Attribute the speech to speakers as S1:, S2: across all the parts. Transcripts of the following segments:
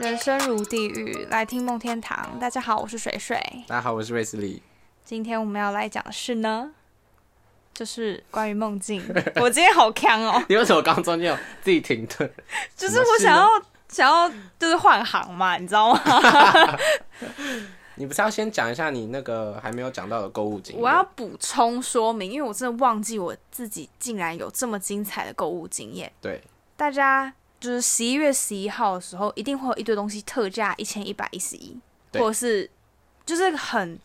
S1: 人生如地狱，来听梦天堂。大家好，我是水水。
S2: 大家好，我是瑞斯利。
S1: 今天我们要来讲的是呢，就是关于梦境。我今天好强哦，
S2: 你为什么刚中间有自己停顿？
S1: 就是我想要想要就是换行嘛，你知道吗？
S2: 你不是要先讲一下你那个还没有讲到的购物经验？
S1: 我要补充说明，因为我真的忘记我自己竟然有这么精彩的购物经验。
S2: 对，
S1: 大家就是十一月十一号的时候，一定会有一堆东西特价一千一百一十一，或
S2: 对
S1: 者是就是很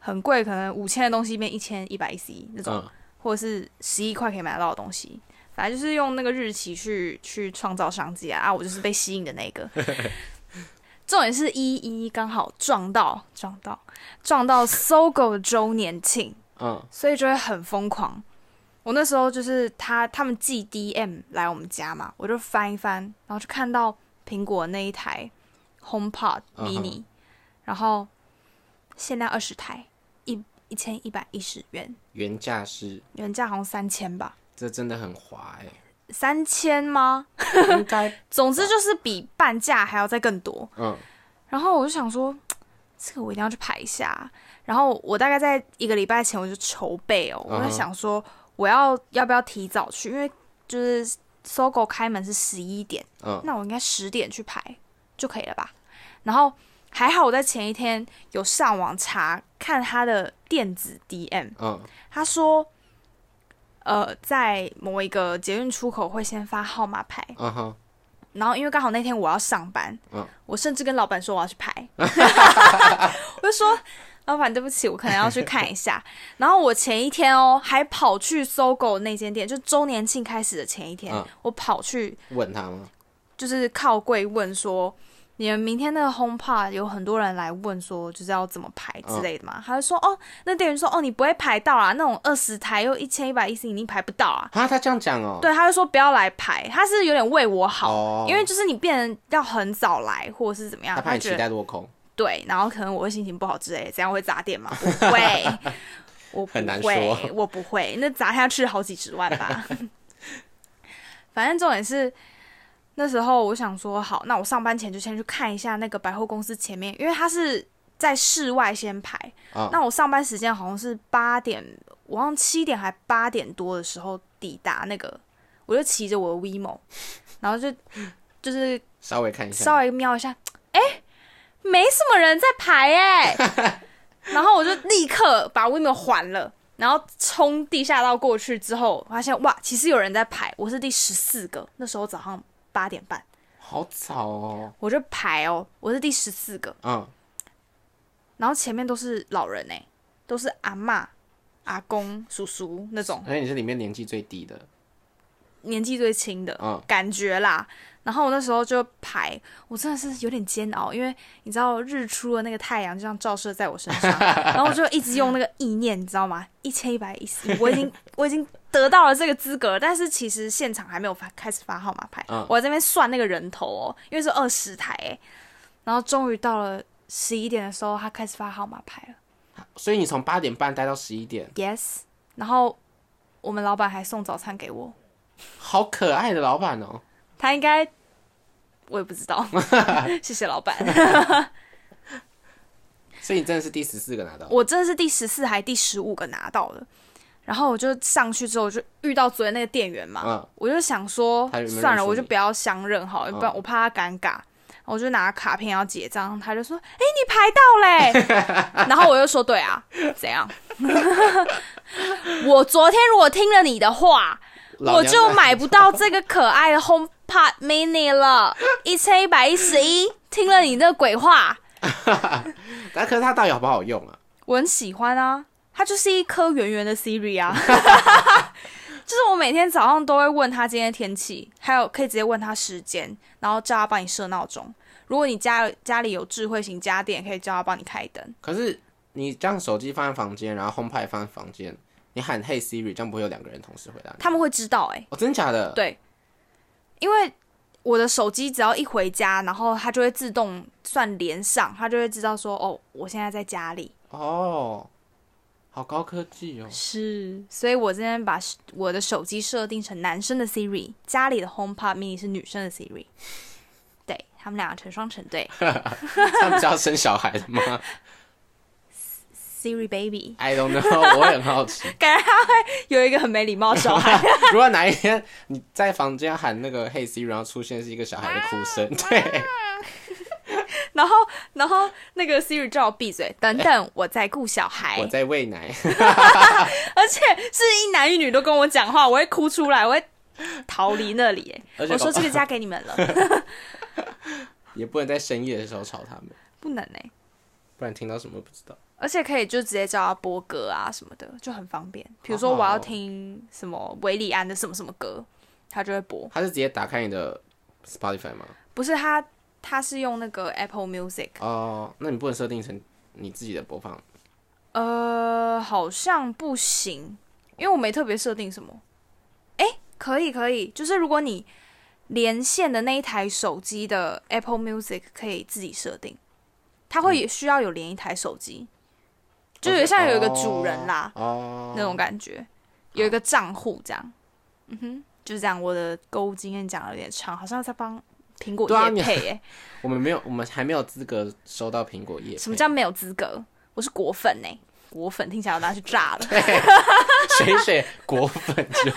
S1: 很贵，可能五千的东西变一千一百一十一那种，
S2: 嗯，
S1: 或者是十一块可以买得到的东西。反正就是用那个日期去去创造商机啊！啊，我就是被吸引的那 个。重点是一一刚好撞到撞到撞到搜狗周年庆，
S2: 嗯，
S1: 所以就会很疯狂。我那时候就是他他们寄 DM 来我们家嘛，我就翻一翻，然后就看到苹果那一台 HomePod
S2: 嗯哼
S1: Mini，、然后限量二十台，一一千一百一十元，
S2: 原价是
S1: 原价好像三千吧，
S2: 这真的很划哎、
S1: 三千吗？嗯
S2: 应该
S1: 总之就是比半价还要再更多。
S2: 嗯，
S1: 然后我就想说，这个我一定要去排一下。然后我大概在一个礼拜前我就筹备哦，
S2: 嗯
S1: 我
S2: 哼
S1: 在想说，我要要不要提早去？因为就是搜狗开门是十一点，
S2: 嗯
S1: 那我应该十点去排就可以了吧？然后还好我在前一天有上网查看他的电子 DM，
S2: 嗯，
S1: 他说，呃，在某一个捷运出口会先发号码牌，
S2: 嗯哼，
S1: 然后因为刚好那天我要上班，
S2: 嗯
S1: 我甚至跟老板说我要去 排， 我就说老板对不起，我可能要去看一下。 然后我前一天哦，还跑去搜狗那间店，就周年庆开始的前一天，
S2: 嗯
S1: 我跑去
S2: 问他吗？
S1: 就是靠柜问说，你们明天那个 HomePod 有很多人来问说，就是要怎么排
S2: 嗯
S1: 之类的嘛？他就说哦，那店员说哦，你不会排到啊，那种二十台又一千一百一十，你一定排不到啊。
S2: 啊，他这样讲哦、
S1: 对，他就说不要来排，他是有点为我好，
S2: 哦
S1: 因为就是你变得要很早来，或者是怎么样，
S2: 他怕
S1: 他
S2: 你
S1: 觉
S2: 期
S1: 得
S2: 待落空，
S1: 对，然后可能我会心情不好之类的，这样会砸店 嘛？不会，我不
S2: 很难
S1: 会
S2: 说，
S1: 我不会，那砸下去好几十万吧。 反正重点是那时候我想说，好，那我上班前就先去看一下那个百货公司前面，因为它是在室外先排，
S2: 啊、嗯，
S1: 那我上班时间好像是八点，我好像七点还八点多的时候抵达那个，我就骑着我的 WeMo，然后就就是
S2: 稍微看一下，
S1: 稍微瞄一下，哎、没什么人在排哎、 然后我就立刻把 WeMo 还了，然后冲地下道过去之后，发现哇，其实有人在排，我是第十四个，那时候早上八点半，
S2: 好早哦、
S1: 我就排哦，我是第十四个，
S2: 嗯，
S1: 然后前面都是老人哎、都是阿嬷、阿公、叔叔那种
S2: 而且你是里面年纪最低的，
S1: 年纪最轻的、
S2: 嗯
S1: 感觉啦。然后我那时候就排，我真的是有点煎熬，因为你知道日出的那个太阳就像照射在我身上，然后我就一直用那个意念，你知道吗？一千一百一十，我已经 我已经得到了这个资格，但是其实现场还没有发开始发号码牌，
S2: 嗯
S1: 我在这边算那个人头哦，因为是二十台哎、然后终于到了十一点的时候，他开始发号码牌了。
S2: 所以你从八点半待到十一点，
S1: Yes，然后我们老板还送早餐给我，
S2: 好可爱的老板哦、
S1: 他应该我也不知 道，谢谢老板。
S2: 所以你真的是第十四个拿到，
S1: 我真的是第十四还第十五个拿到的，然后我就上去之后，我就遇到昨天那个店员嘛，
S2: 嗯
S1: 我就想说
S2: 他有没有认识
S1: 算了，
S2: 你
S1: 我就不要相认好了，
S2: 嗯
S1: 不然我怕他尴尬。我就拿卡片要结账，他就说：“哎、你排到嘞、 然后我就说：“对啊，怎样？ 我昨天如果听了你的话，
S2: 老
S1: 我
S2: 娘
S1: 就
S2: 在
S1: 买不到这个可爱的 HomePod Mini 了，一千一百一十一。听了你那鬼话，
S2: 但啊可是它到底好不好用啊？
S1: 我很喜欢啊，它就是一颗圆圆的 Siri 啊。 就是我每天早上都会问他今天的天气，还有可以直接问他时间，然后叫他帮你设闹钟。如果你家家里有智慧型家电，可以叫他帮你开灯。
S2: 可是你将手机放在房间，然后 HomePod 放在房间，你喊 Hey Siri，这样不会有两个人同时回答你？
S1: 他们会知道、欸，
S2: 哦，真假的？
S1: 对，因为我的手机只要一回家，然后它就会自动算连上，它就会知道说，哦，我现在在家里。
S2: 哦，好高科技哦。
S1: 是，所以我今天把是我的手机设定成男生的 Siri，家里的 HomePod Mini 是女生的 Siri。对，他们两个成双成对
S2: 他们是要生小孩的吗
S1: ，Siri baby，
S2: ？I don't know，我也很好奇。
S1: 感觉他会有一个很没礼貌的小孩。
S2: 如果哪一天你在房间喊那个 “Hey Siri”，然后出现是一个小孩的哭声，对，
S1: 然后，然后那个 Siri 叫我闭嘴，等等，我在顾小孩
S2: 我，在喂奶，
S1: 而且是一男一女都跟我讲话，我会哭出来，我会逃离那里。哎
S2: 而且
S1: 我说
S2: 搞不
S1: 这个家给你们了，
S2: 也不能在深夜的时候吵他们，
S1: 不能哎、
S2: 不然听到什么不知道。
S1: 而且可以就直接叫他播歌啊什么的，就很方便。比如说
S2: 好好
S1: 我
S2: 哦
S1: 要听什么维里安的什么什么歌，他就会播。
S2: 他是直接打开你的 Spotify 吗？
S1: 不是他，他是用那个 Apple Music，
S2: 哦，那你不能设定成你自己的播放
S1: 呃，好像不行，因为我没特别设定什么。哎，可以可以，就是如果你连线的那一台手机的 Apple Music 可以自己设定，它
S2: 嗯
S1: 会需要有连一台手机，就有像有一个主人啦、
S2: 哦。
S1: 那种感觉，有一个账户这样。嗯哼，就是这样。我的购物经验讲的有点长，好像在帮苹果
S2: 对啊
S1: 业
S2: 你
S1: 配哎、
S2: 我们没有，我们还没有资格收到苹果叶。
S1: 什么叫没有资格？我是果粉呢、欸果粉听起来我拿去炸了，
S2: 水水果粉就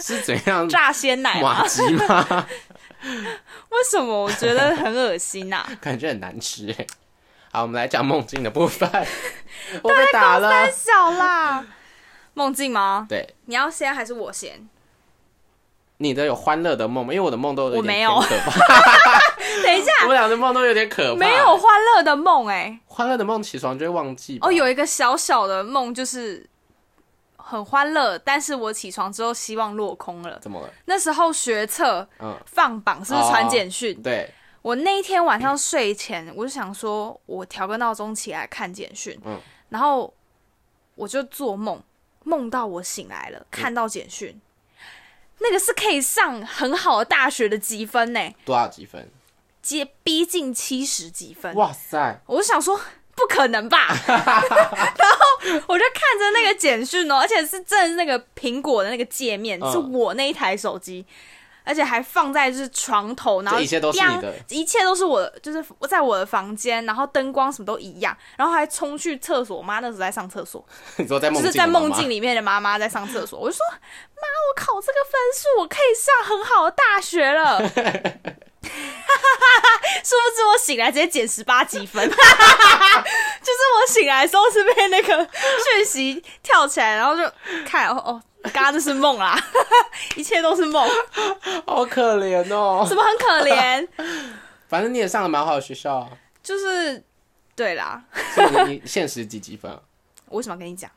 S2: 是怎样
S1: 炸鲜奶吗？
S2: 马吉吗？
S1: 为什么我觉得很恶心啊呐、
S2: 感觉很难吃哎。好，我们来讲梦境的部分。 我被打 了
S1: 太。小啦，梦境吗？
S2: 对，
S1: 你要先还是我先？
S2: 你的有欢乐的梦吗？因为我的梦都有
S1: 我
S2: 点
S1: 没有
S2: 偏可怕，
S1: 等一下，
S2: 我俩的梦都有点可怕。
S1: 没有欢乐的梦哎、
S2: 欢乐的梦，起床就会忘记吧。
S1: 哦，有一个小小的梦，就是很欢乐，但是我起床之后希望落空了。
S2: 怎么了？
S1: 那时候学测
S2: 嗯，
S1: 放榜是不是传简讯？
S2: 对，
S1: 我那一天晚上睡前，我就想说，我调个闹钟起来看简讯，
S2: 嗯
S1: 然后我就做梦，梦到我醒来了，看到简讯，那个是可以上很好的大学的积分呢，
S2: 多少几分？
S1: 接逼近七十几分，
S2: 哇塞！
S1: 我就想说。不可能吧！然后我就看着那个简讯哦，而且是正是那个苹果的那个界面，
S2: 嗯
S1: 是我那一台手机，而且还放在就是床头，然后
S2: 这一切都是
S1: 亮
S2: 你的
S1: 一切都是我的，就是我在我的房间，然后灯光什么都一样，然后还冲去厕所，我妈那时候在上厕所，
S2: 你说在
S1: 就
S2: 梦
S1: 是
S2: 境，
S1: 在梦境，里面的妈妈在上厕所，我就说妈，我考这个分数，我可以上很好的大学了。 哈哈哈殊不知我醒来直接减十八积分， 就是我醒来的时候是被那个讯息跳起来，然后就看哦哦，刚刚那是梦啦， 一切都是梦，
S2: 好可怜哦。
S1: 怎么很可怜？
S2: 反正你也上了蛮好的学校啊，
S1: 就是对啦，
S2: 所以你你现实几几分啊？
S1: 我为什么要跟你讲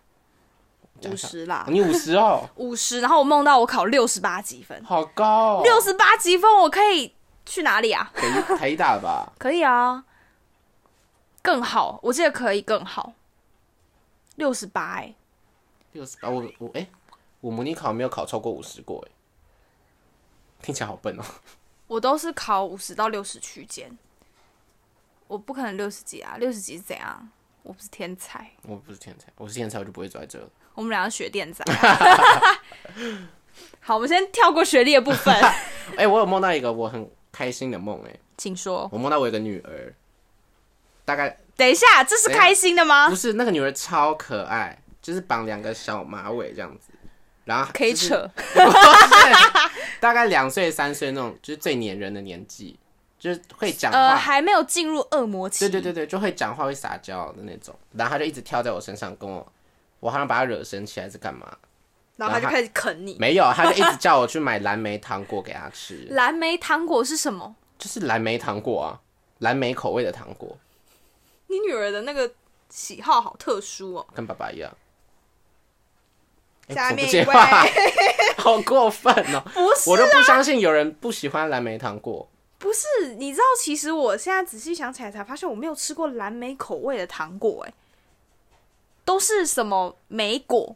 S2: 讲
S1: 五
S2: 一下
S1: 十啦？
S2: 你五十哦，
S1: 五十，然后我梦到我考六十八积分，
S2: 好高哦。
S1: 六十八积分我可以去哪里啊？
S2: 北一台一大吧？
S1: 可以啊，更好，我记得可以更好，六十八哎，
S2: 六十八，我我哎、我模拟考没有考超过五十过哎、听起来好笨哦。
S1: 我都是考五十到六十区间，我不可能六十几啊，六十几是怎样？我不是天才，
S2: 我不是天才，我是天才我就不会坐在这了。
S1: 我们俩是学电仔啊、 好，我们先跳过学历的部分，
S2: 哎、我有梦到一个我很开心的梦哎、
S1: 请说。
S2: 我梦到我有个女儿，大概
S1: 等一下，这是开心的吗
S2: 不？是那个女儿超可爱，就是绑两个小马尾这样子，然后
S1: 可以
S2: 就是
S1: 扯，
S2: 大概两岁三岁那种，就是最黏人的年纪，就是会讲话。
S1: 呃，还没有进入恶魔期。
S2: 对对对对，就会讲话会撒娇的那种，然后他就一直跳在我身上跟我，我好像把他惹生气还是干嘛？
S1: 然后他就开始啃你。
S2: 没有，啊他就一直叫我去买蓝莓糖果给他吃，
S1: 蓝莓糖果是什么？
S2: 就是蓝莓糖果啊，蓝莓口味的糖果，
S1: 你女儿的那个喜好好特殊哦。
S2: 跟爸爸一样。哎
S1: 下
S2: 我不
S1: 面
S2: 接
S1: 一位
S2: 话 好过分哦！
S1: 不是啊
S2: 我都不相信有人不喜欢蓝莓糖果。
S1: 不是，你知道，其实我现在仔细想起来才发现，我没有吃过蓝莓口味的糖果、哎，都是什么莓果、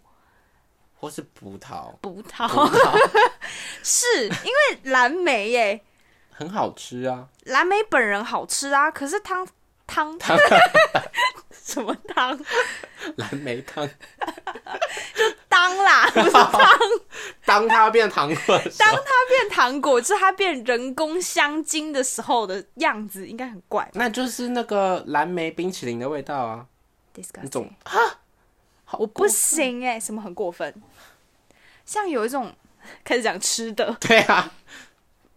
S2: 或是葡 萄，
S1: 葡
S2: 葡
S1: 萄？
S2: 萄
S1: 是因为蓝莓欸耶、
S2: 很好吃啊！
S1: 蓝莓本人好吃啊，可是汤汤汤 什么汤？
S2: 蓝莓汤，
S1: 当啦， 不是
S2: 当它变糖果的时
S1: 当
S2: 候，
S1: 它变糖果，就是它变人工香精的时候的样子，应该很怪吧
S2: 那就是那个蓝莓冰淇淋的味道啊！哦你总
S1: ？Disgusting，
S2: 好我
S1: 不行哎、什么很过分？像有一种 开始讲吃的，
S2: 对啊，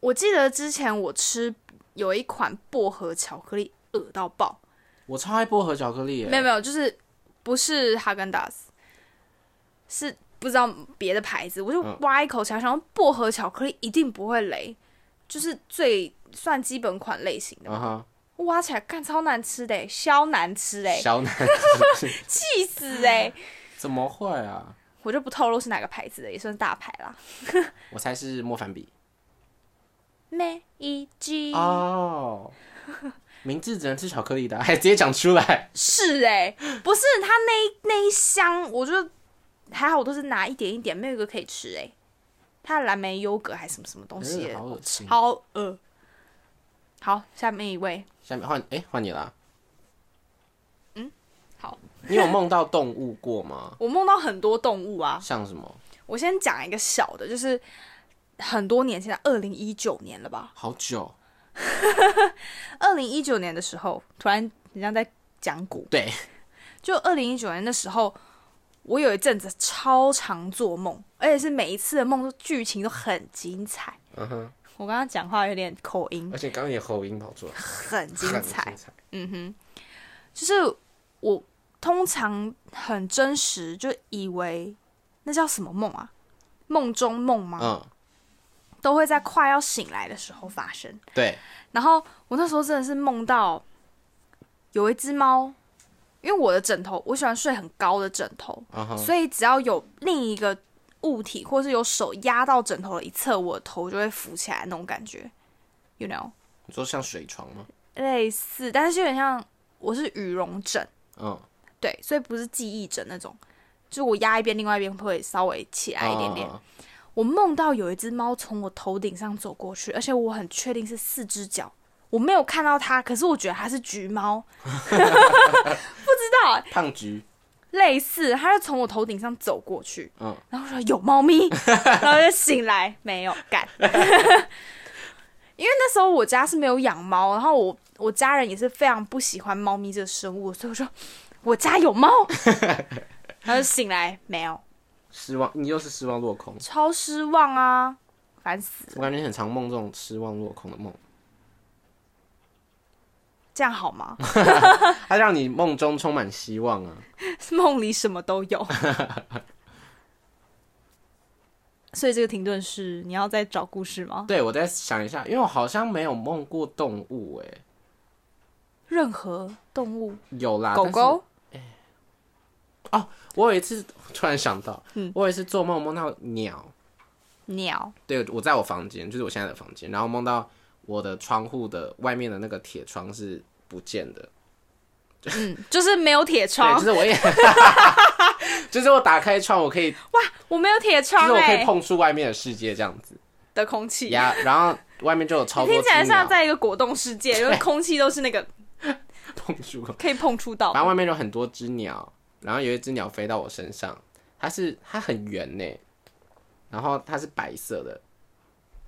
S1: 我记得之前我吃有一款薄荷巧克力，恶到爆。
S2: 我超爱薄荷巧克力耶
S1: 没有没有，就是不是哈根达斯，是不知道别的牌子。我就
S2: 嗯
S1: 挖一口起来，想说薄荷巧克力一定不会雷，就是最算基本款类型的。
S2: 啊哈，
S1: 我挖起来，看超难吃的欸，超难吃的欸，
S2: 小奶
S1: 气死哎！
S2: 怎么会啊？
S1: 我就不透露是哪个牌子的，也算大牌啦。
S2: 我猜是莫凡比
S1: 每一季
S2: 哦。明治只能吃巧克力的啊，还直接讲出来，
S1: 是哎、不是它那一那一箱，我就还好，我都是拿一点一点，没有一个可以吃哎、它的蓝莓优格还是什么什么东西的、
S2: 嗯好恶心。
S1: 好饿。好，下面一位，
S2: 下面换哎换你啦，
S1: 好，
S2: 你有梦到动物过吗？
S1: 我梦到很多动物啊。
S2: 像什么？
S1: 我先讲一个小的，就是很多年前，二零一九年了吧？
S2: 好久，
S1: 二零一九年的时候，突然人家在讲股，
S2: 对，
S1: 就二零一九年的时候，我有一阵子超常做梦，而且是每一次的梦都剧情都很精彩。
S2: 嗯哼，
S1: 我刚刚讲话有点口音，
S2: 而且刚刚也喉音跑出来，
S1: 很精
S2: 很
S1: 彩。
S2: 彩。
S1: 就是我通常很真实，就以为那叫什么梦啊？梦中梦吗？
S2: 嗯，
S1: 都会在快要醒来的时候发生。
S2: 对，
S1: 然后我那时候真的是梦到有一只猫，因为我的枕头，我喜欢睡很高的枕头，
S2: 嗯哼，
S1: 所以只要有另一个物体或是有手压到枕头的一侧，我的头就会浮起来那种感觉，you know，
S2: 你说像水床吗？
S1: 类似，但是有点像我是羽绒枕，
S2: 嗯，
S1: 对，所以不是记忆枕那种，就是我压一边，另外一边会稍微起来一点点。
S2: 嗯。嗯嗯
S1: 我梦到有一只猫从我头顶上走过去，而且我很确定是四只脚，我没有看到它，可是我觉得它是橘猫，不知道欸，
S2: 嗯胖橘，
S1: 类似，它就从我头顶上走过去，
S2: 嗯，
S1: 然后说有猫咪，然后就醒来没有干， 因为那时候我家是没有养猫，然后我我家人也是非常不喜欢猫咪这个生物，所以我说我家有猫，然后就醒来没有，
S2: 失望，你又是失望落空。
S1: 超失望啊，烦死了，
S2: 我感觉你很常梦这种失望落空的梦，
S1: 这样好吗？
S2: 它让你梦中充满希望啊。
S1: 梦里什么都有。 所以这个停顿是你要再找故事吗？
S2: 对，我再想一下，因为我好像没有梦过动物、欸，
S1: 任何动物，
S2: 有啦，
S1: 狗
S2: 啊但是
S1: 狗，
S2: 我有一次突然想到，
S1: 嗯
S2: 我有一次做梦梦到鸟，
S1: 鸟，
S2: 对我在我房间，就是我现在的房间，然后梦到我的窗户的外面的那个铁窗是不见的，
S1: 嗯，就是没有铁
S2: 对，就
S1: 窗，
S2: 是我也， 就是我打开窗，我可以，就
S1: 我没有铁窗
S2: 是我可
S1: 哎、
S2: 以碰触外面的世界这样子
S1: 的空气，
S2: 呀，然后外面就有超
S1: 你
S2: 多
S1: 听起来
S2: 只鸟
S1: 像在一个果冻世界， 因为空气都是那个
S2: 碰触，
S1: 可以碰触到
S2: 反正外面有很多只鸟，然后有一只鸟飞到我身上，它是它很圆呢，然后它是白色的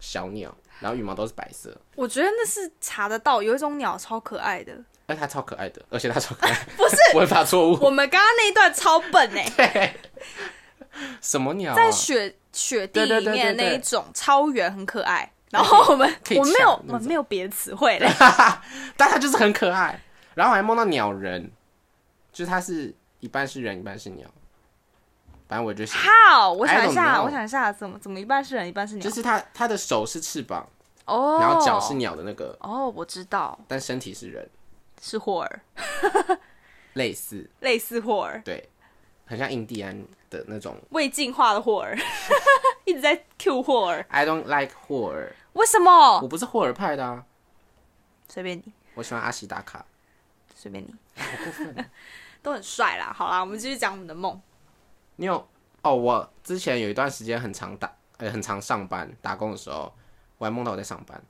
S2: 小鸟，然后羽毛都是白色，
S1: 我觉得那是查得到，有一种鸟超可爱的。
S2: 而且它超可爱的，而且它超可爱，不是文法错误，
S1: 我们刚刚那一段超笨哎、
S2: 什么鸟、啊
S1: 在？雪雪地
S2: 对对
S1: 里
S2: 对
S1: 面
S2: 对
S1: 那
S2: 对
S1: 一种超圆很可爱。然后我们
S2: 可以
S1: 我没有
S2: 抢那
S1: 我
S2: 种
S1: 们没有别的词汇嘞，
S2: 但它就是很可爱。然后我还梦到鸟人，就是它是一半是人，一半是鸟。反正我就想，
S1: 好，我想一
S2: I don't
S1: 下，
S2: know
S1: 我想一下，怎么怎么一半是人，一半是鸟？
S2: 就是它它的手是翅膀，
S1: 哦，
S2: 然后脚是鸟的那个，
S1: 哦，我知道
S2: 但身体是人，
S1: 是霍尔，
S2: 类似
S1: 类似霍尔，
S2: 对，很像印第安的那种
S1: 未进化的霍尔， 一直在 Q 霍尔，
S2: I don't like 霍尔，
S1: 为什么？
S2: 我不是霍尔派的啊，
S1: 随便你，
S2: 我喜欢阿西达卡。
S1: 随便你， 都很帅啦。好啦，我们继续讲我们的梦。
S2: 你有哦？我之前有一段时间很常打，呃，很常上班打工的时候，我还梦到我在上班，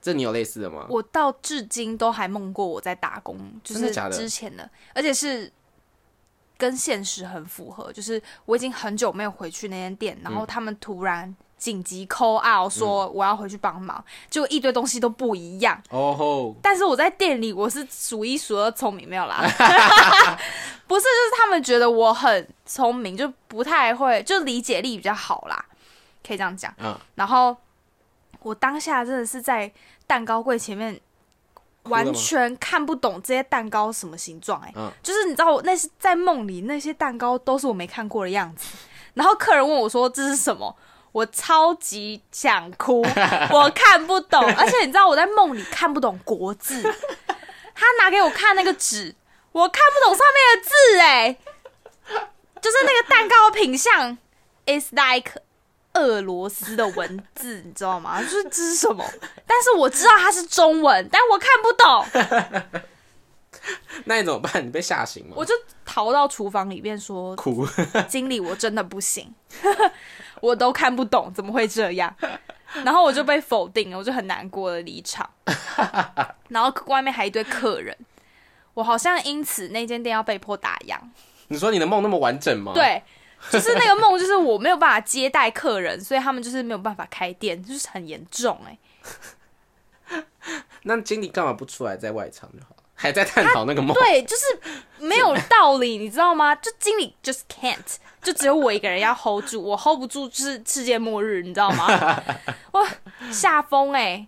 S2: 这你有类似的吗？
S1: 我到至今都还梦过我在打工，就
S2: 真的
S1: 是
S2: 假的
S1: 之前的，而且是跟现实很符合。就是我已经很久没有回去那间店，然
S2: 嗯
S1: 后他们突然紧急 call out 说我要回去帮忙，结果一堆东西都不一样。
S2: 哦吼，
S1: 但是我在店里我是数一数二聪明，没有 啦，不是，就是他们觉得我很聪明，就不太会，就理解力比较好啦，可以这样讲。
S2: 嗯，
S1: 然后我当下真的是在蛋糕柜前面
S2: 哭了吗
S1: 完全看不懂这些蛋糕什么形状、哎、
S2: 嗯
S1: 就是你知道我那是在梦里那些蛋糕都是我没看过的样子。然后客人问我说这是什么，我超级想 哭，我看不懂，而且你知道我在梦里看不懂国字，他拿给我看那个纸，我看不懂上面的字、哎，就是那个蛋糕品相，is like。俄罗斯的文字，你知道吗？ 就是这是什么？但是我知道它是中文，但我看不懂，
S2: 那你怎么办？你被吓醒吗？
S1: 我就逃到厨房里面 说
S2: 哭，：“
S1: 经理，我真的不行， 我都看不懂，怎么会这样？”然后我就被否定了，我就很难过的离场。然后外面还一堆客人，我好像因此那间店要被迫打烊。
S2: 你说你的梦那么完整吗？，
S1: 对，就是那个梦，就是我没有办法接待客人，所以他们就是没有办法开店，就是很严重哎、
S2: 那经理干嘛不出来在外场就好了？还在探讨那个梦，
S1: 对，就是没有道理，你知道吗？就经理 just can't，就只有我一个人要 hold 住，我 hold 不住就是世界末日，你知道 吗？我吓疯哎，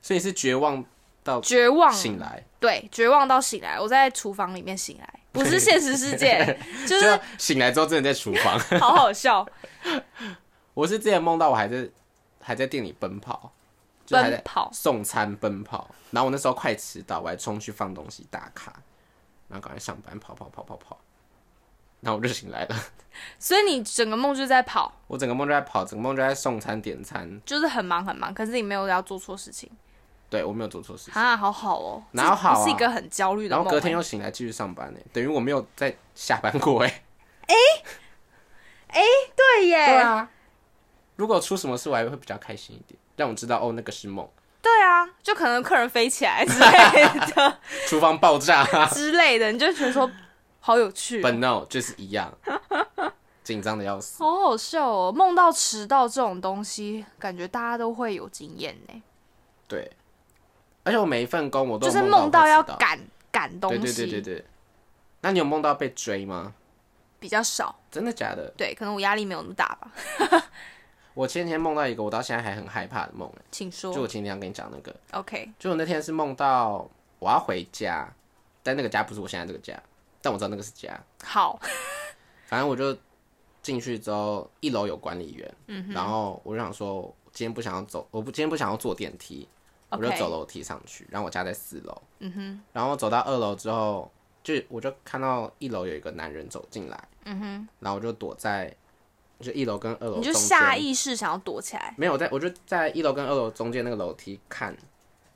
S2: 所以是绝望到
S1: 绝望，
S2: 醒来，
S1: 对，绝望到醒来，我在厨房里面醒来，不是现实世 界，就
S2: 就是醒来之后真的在厨房。
S1: 好好笑，
S2: 我是之前梦到我还在还在店里奔跑，就还在
S1: 奔跑，
S2: 送餐奔跑，然后我那时候快迟到，我还冲去放东西打卡，然后赶快上班跑跑跑跑跑，然后我就醒来了。
S1: 所以你整个梦就在跑，
S2: 我整个梦就在跑，整个梦就在送餐点餐，
S1: 就是很忙很忙，可是你没有要做错事情
S2: 对我没有做错事。
S1: 啊，好好哦，
S2: 哪有好啊
S1: 这不是一个很焦虑的
S2: 然
S1: 梦、
S2: 后隔天
S1: 哎
S2: 又醒来继续上班呢、欸等于我没有在下班过哎、
S1: 对耶，
S2: 对啊，如果出什么事，我还会比较开心一点，让我知道哦那个是梦，
S1: 对啊，就可能客人飞起来之 类的
S2: 厨房爆 炸
S1: 之类的，你就觉得说好有趣哦、
S2: ，but no 就是一样，紧张的要死。
S1: 好好笑哦！梦到迟到这种东西，感觉大家都会有经验呢，
S2: 对，而且我每一份工我都
S1: 就
S2: 有
S1: 是
S2: 梦
S1: 梦到要
S2: 会迟到
S1: 赶赶东
S2: 对
S1: 西，
S2: 对对对对。那你有梦到被追吗？
S1: 比较少。
S2: 真的假的？
S1: 对，可能我压力没有那么大吧。
S2: 我前几天梦到一个我到现在还很害怕的梦、欸，
S1: 请
S2: 就
S1: 说
S2: 我前几天跟你讲那个，
S1: ，OK，
S2: 就我那天是梦到我要回家，但那个家不是我现在这个家，但我知道那个是家。
S1: 好，
S2: 反正我就进去之后，一楼有管理员，
S1: 嗯
S2: 然后我就想说，今天不想要走，我不今天不想要坐电梯，我
S1: OK 嗯
S2: 就走楼梯上去。然后我家在四楼，然后走到二楼之后，就我就看到一楼有一个男人走进来，
S1: 嗯
S2: 然后我就躲在就一楼跟二楼
S1: 你就
S2: 中间
S1: 下意识想要躲起来，
S2: 没有我在，我就在一楼跟二楼中间那个楼梯看，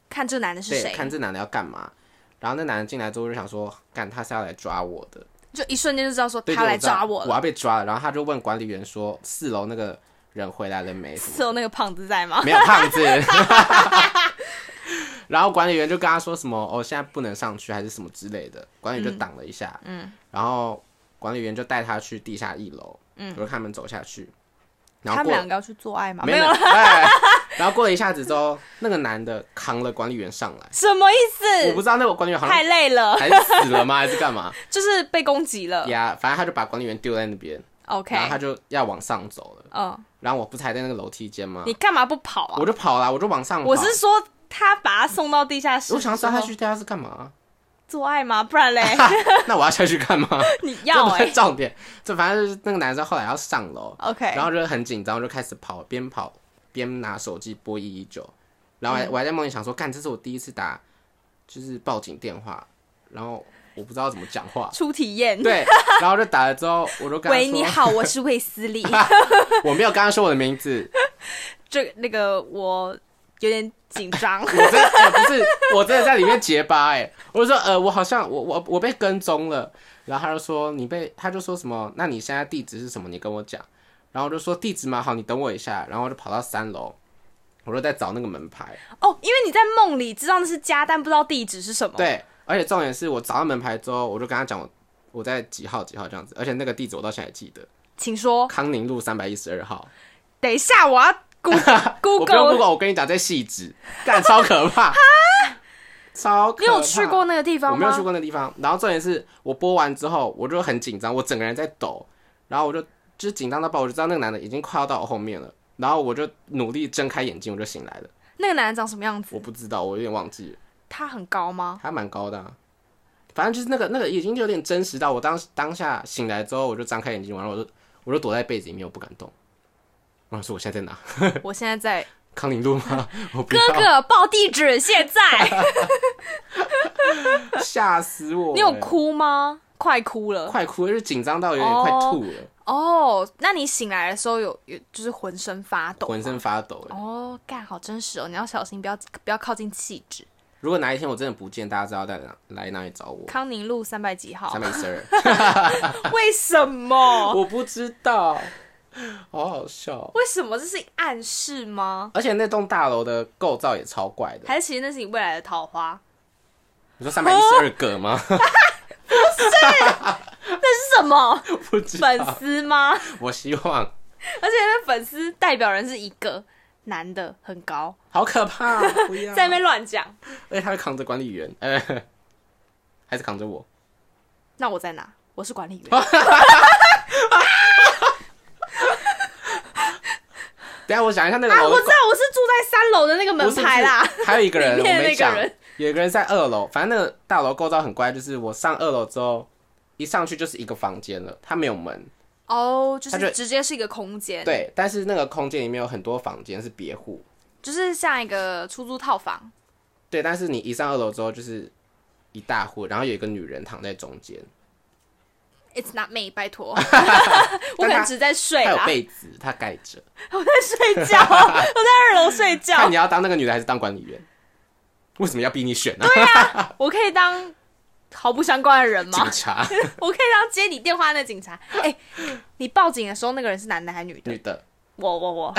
S1: 看这男的是
S2: 对，
S1: 谁，
S2: 看这男的要干嘛。然后那男的进来之后，我就想说，干他是要来抓我的，
S1: 就一瞬间就知道说
S2: 对
S1: 他来抓
S2: 我
S1: 我
S2: 知道，
S1: 了。
S2: 要被抓了。然后他就问管理员说：“四楼那个人回来 了没？”什么
S1: 是有那个胖子在吗？
S2: 没有胖子。 然后管理员就跟他说什么：“哦，现在不能上去，还是什么之类的。”管理员就挡了一下，嗯，然后管理员就带他去地下一楼，嗯，我就看他们走下去，然
S1: 他们
S2: 后过
S1: 两个要去做爱吗？
S2: 没
S1: 有
S2: 有，没有哎然后过了一下子之后，那个男的扛了管理员上来，
S1: 什么意
S2: 我不
S1: 思？
S2: 知道那个管理员好
S1: 嗯
S2: 像
S1: 太累了，
S2: 还是死了吗，还是干嘛
S1: 就是被攻击了。
S2: 呀反正他就把管理员丢在那边，
S1: OK，
S2: 然后他就要往上走了。
S1: 嗯，
S2: 然后我不是还在那个楼梯间吗
S1: 你？干嘛不跑啊
S2: 我？就跑啦，我就往上跑。
S1: 我是说他把他送到地下室，
S2: 我想要抓他去地下室干嘛？
S1: 做爱吗？不然嘞，
S2: 那我要下去干嘛？
S1: 你 要
S2: 这不
S1: 哎、
S2: 是重点，这反正就是那个男生后来要上楼，
S1: 哦 OK，，
S2: 然后就很紧张，就开始跑，边跑边拿手机拨一一九，然后我还我还在梦里想说，干，这是我第一次打就是报警电话，然后我不知道怎么讲话
S1: 初体验。
S2: 对，然后就打了之后，我就跟他
S1: 喂，你
S2: 说，
S1: 好，我是卫斯 理。
S2: 我没有跟他说我的名字，
S1: 这那个我有点紧 张，
S2: 我真的、哎不是，我真的在里面结巴哎、我就说呃，我好像我我我被跟踪了，然后他就说你被，他就说什么，那你现在地址是什么？你跟我讲，然后我就说地址蛮好，你等我一下，然后我就跑到三楼，我就在找那个门牌。
S1: 哦，因为你在梦里知道那是家，但不知道地址是什么。，
S2: 对，而且重点是我找到门牌之后，我就跟他讲我我在几号几号这样子，而且那个地址我到现在还记得，
S1: 请说。
S2: 康宁路三百一十二号。
S1: 等一下，我要 Google
S2: 我不用
S1: Google。
S2: Google，我跟你讲这细致，干超可怕，超可怕。
S1: 你有去过那个地方
S2: 我没有去
S1: 吗？
S2: 过那地方。然后重点是我播完之后，我就很紧张，我整个人在抖，然后我就就是紧张到爆，我就知道那个男的已经快要到我后面了，然后我就努力睁开眼睛，我就醒来了。
S1: 那个男人长什么样
S2: 我
S1: 子？
S2: 不知道，我有点忘记了，
S1: 他很高 吗？
S2: 还蛮高的、啊。反正就是那个那个已经有点真实到我当当下醒来之后，我就张开眼睛，完了我就我就躲在被子里面，我不敢动。我想说我现在在哪？
S1: 我现在在
S2: 康宁路吗？我不
S1: 哥
S2: 要
S1: 哥报地址，现在
S2: 吓死我！
S1: 你有
S2: 欸
S1: 哭吗？快哭了
S2: 快哭了，就是紧张到有点快吐了，
S1: 哦！那你醒来的时候有有就是浑身发抖吗，
S2: 浑身发抖。
S1: 哦，干好真实哦！你要小心，不要不要靠近气质。
S2: 如果哪一天我真的不见，大家知道在哪来哪里找我？
S1: 康宁路三百几号
S2: 三，百一十 二，
S1: 为什么？
S2: 我不知道，好好笑。哦
S1: 为什么这是暗示吗？
S2: 而且那栋大楼的构造也超怪的。
S1: 还是其实那是你未来的桃花？
S2: 你说三百一十二个 吗？
S1: 那是什么
S2: 不知
S1: 粉
S2: 道，
S1: 丝吗？而且
S2: 我希望，
S1: 那粉丝代表人是一个男的，很高，
S2: 好可怕，不要。
S1: 在那边乱讲。
S2: 而且他会扛着管理员，呃，还是扛着我。
S1: 那我在哪？我是管理员。
S2: 等一下我想一下那个
S1: 啊，
S2: 楼
S1: 我
S2: 的
S1: 知道我是住在三楼的那个门牌啦。
S2: 不是不是还有一个人
S1: 里
S2: 我
S1: 面
S2: 没
S1: 那
S2: 讲
S1: 个人，
S2: 有一个人在二楼，反正那个大楼构造很乖，就是我上二楼之后，一上去就是一个房间了，它没有门。
S1: 哦就
S2: 他就是
S1: 直接是一个空间，，
S2: 对，但是那个空间里面有很多房间是别户。
S1: 就是像一个出租套房。
S2: 对，但是你一上二楼之后就是一大户，然后有一个女人躺在中间，
S1: It's not me，拜 托，我可
S2: 但他
S1: 能只在睡
S2: 她有
S1: 啦，
S2: 被子，她盖着。
S1: 我在睡 觉，我在二楼睡
S2: 看
S1: 觉
S2: 你，要当那个女的还是当管理员？为什么要逼你选啊
S1: 啊
S2: 呢、
S1: 我可以当毫不相关的人吗
S2: 警？察
S1: 我可以当接你电话那警察。哎、你报警的时候那个人是男的还是女的？
S2: 女的，
S1: 我我我，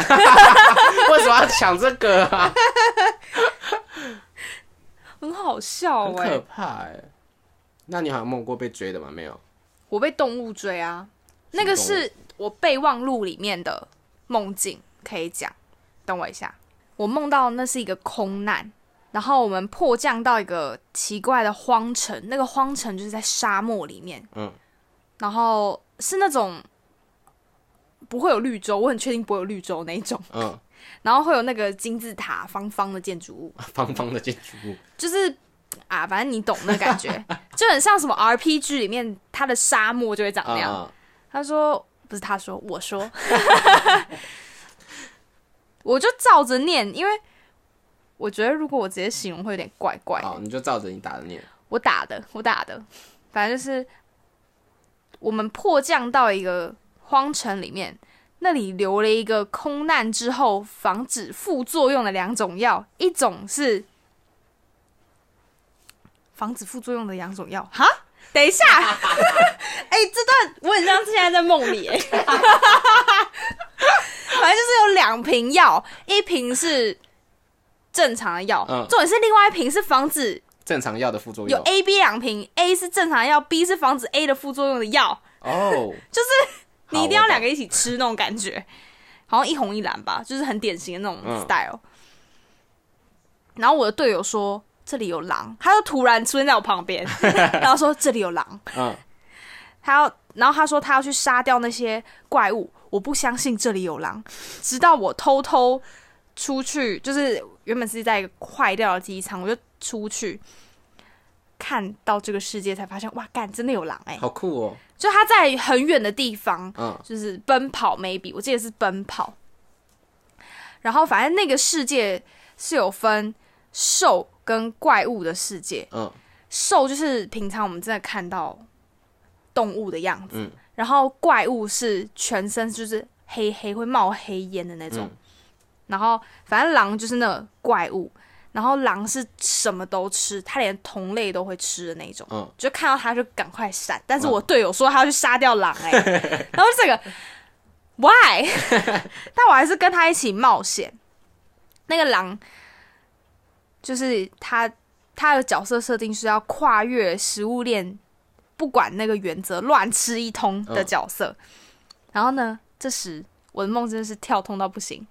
S2: 为什么要抢这 个啊？
S1: 很好笑
S2: 很
S1: 哎、
S2: 可怕哎、那你好像梦过被追的吗？没有。
S1: 我被动物追啊，
S2: 什么
S1: 那个
S2: 动物
S1: 是我备忘录里面的梦境，可以讲。等我一下，我梦到那是一个空难，然后我们迫降到一个奇怪的荒城，那个荒城就是在沙漠里面，
S2: 嗯，
S1: 然后是那种不会有绿洲，我很确定不会有绿洲那一种，
S2: 嗯，
S1: 然后会有那个金字塔方方的建筑物，
S2: 方方的建筑 物。
S1: 就是啊，反正你懂那感 觉，就很像什么 RPG 里面它的沙漠就会长那样。
S2: 啊
S1: 他说不是他说，我说， 我就照着念，因为我觉得如果我直接形容会有点怪怪的。
S2: 好，你就照着你打的念。
S1: 我打的，我打的，反正就是我们迫降到一个荒城里面，那里留了一个空难之后防止副作用的两种药，一种是防止副作用的两种药。哈，等一下，哎、这段我很像现在在梦里、哎，反正就是有两瓶药，一瓶是正常的药，
S2: 嗯
S1: 重点是另外一瓶是防止
S2: 正常药的副作
S1: 有
S2: 用。
S1: A、B 两瓶，A 是正常的药，B 是防止 A 的副作用的药，
S2: 哦，就是
S1: 哎你一定要两个一起吃那种感觉，好像一红一蓝吧，就是很典型的那种
S2: 嗯
S1: style。然后我的队友说这里有狼，他就突然出现在我旁边，然后说这里有狼，
S2: 嗯，
S1: 他要，然后他说他要去杀掉那些怪物，我不相信这里有狼，直到我偷偷出去，就是原本是在一个坏掉的机场，我就出去看到这个世界，才发现哇，干真的有狼哎、
S2: 好酷哦，
S1: 就他在很远的地方，
S2: 嗯
S1: 就是奔跑，maybe 我记得是奔跑。然后反正那个世界是有分兽跟怪物的世界，
S2: 嗯
S1: 兽就是平常我们真的看到动物的样子，
S2: 嗯
S1: 然后怪物是全身就是黑黑会冒黑烟的那种，
S2: 嗯
S1: 然后反正狼就是那个怪物，然后狼是什么都吃，它连同类都会吃的那种，
S2: 嗯，
S1: 就看到它就赶快闪。但是我队友说他要去杀掉狼、欸，然 后这个 why？但我还是跟他一起冒险，那个狼，就是他他的角色设定是要跨越食物链，不管那个原则乱吃一通的角色。然后呢，这时我的梦真的是跳通到不行，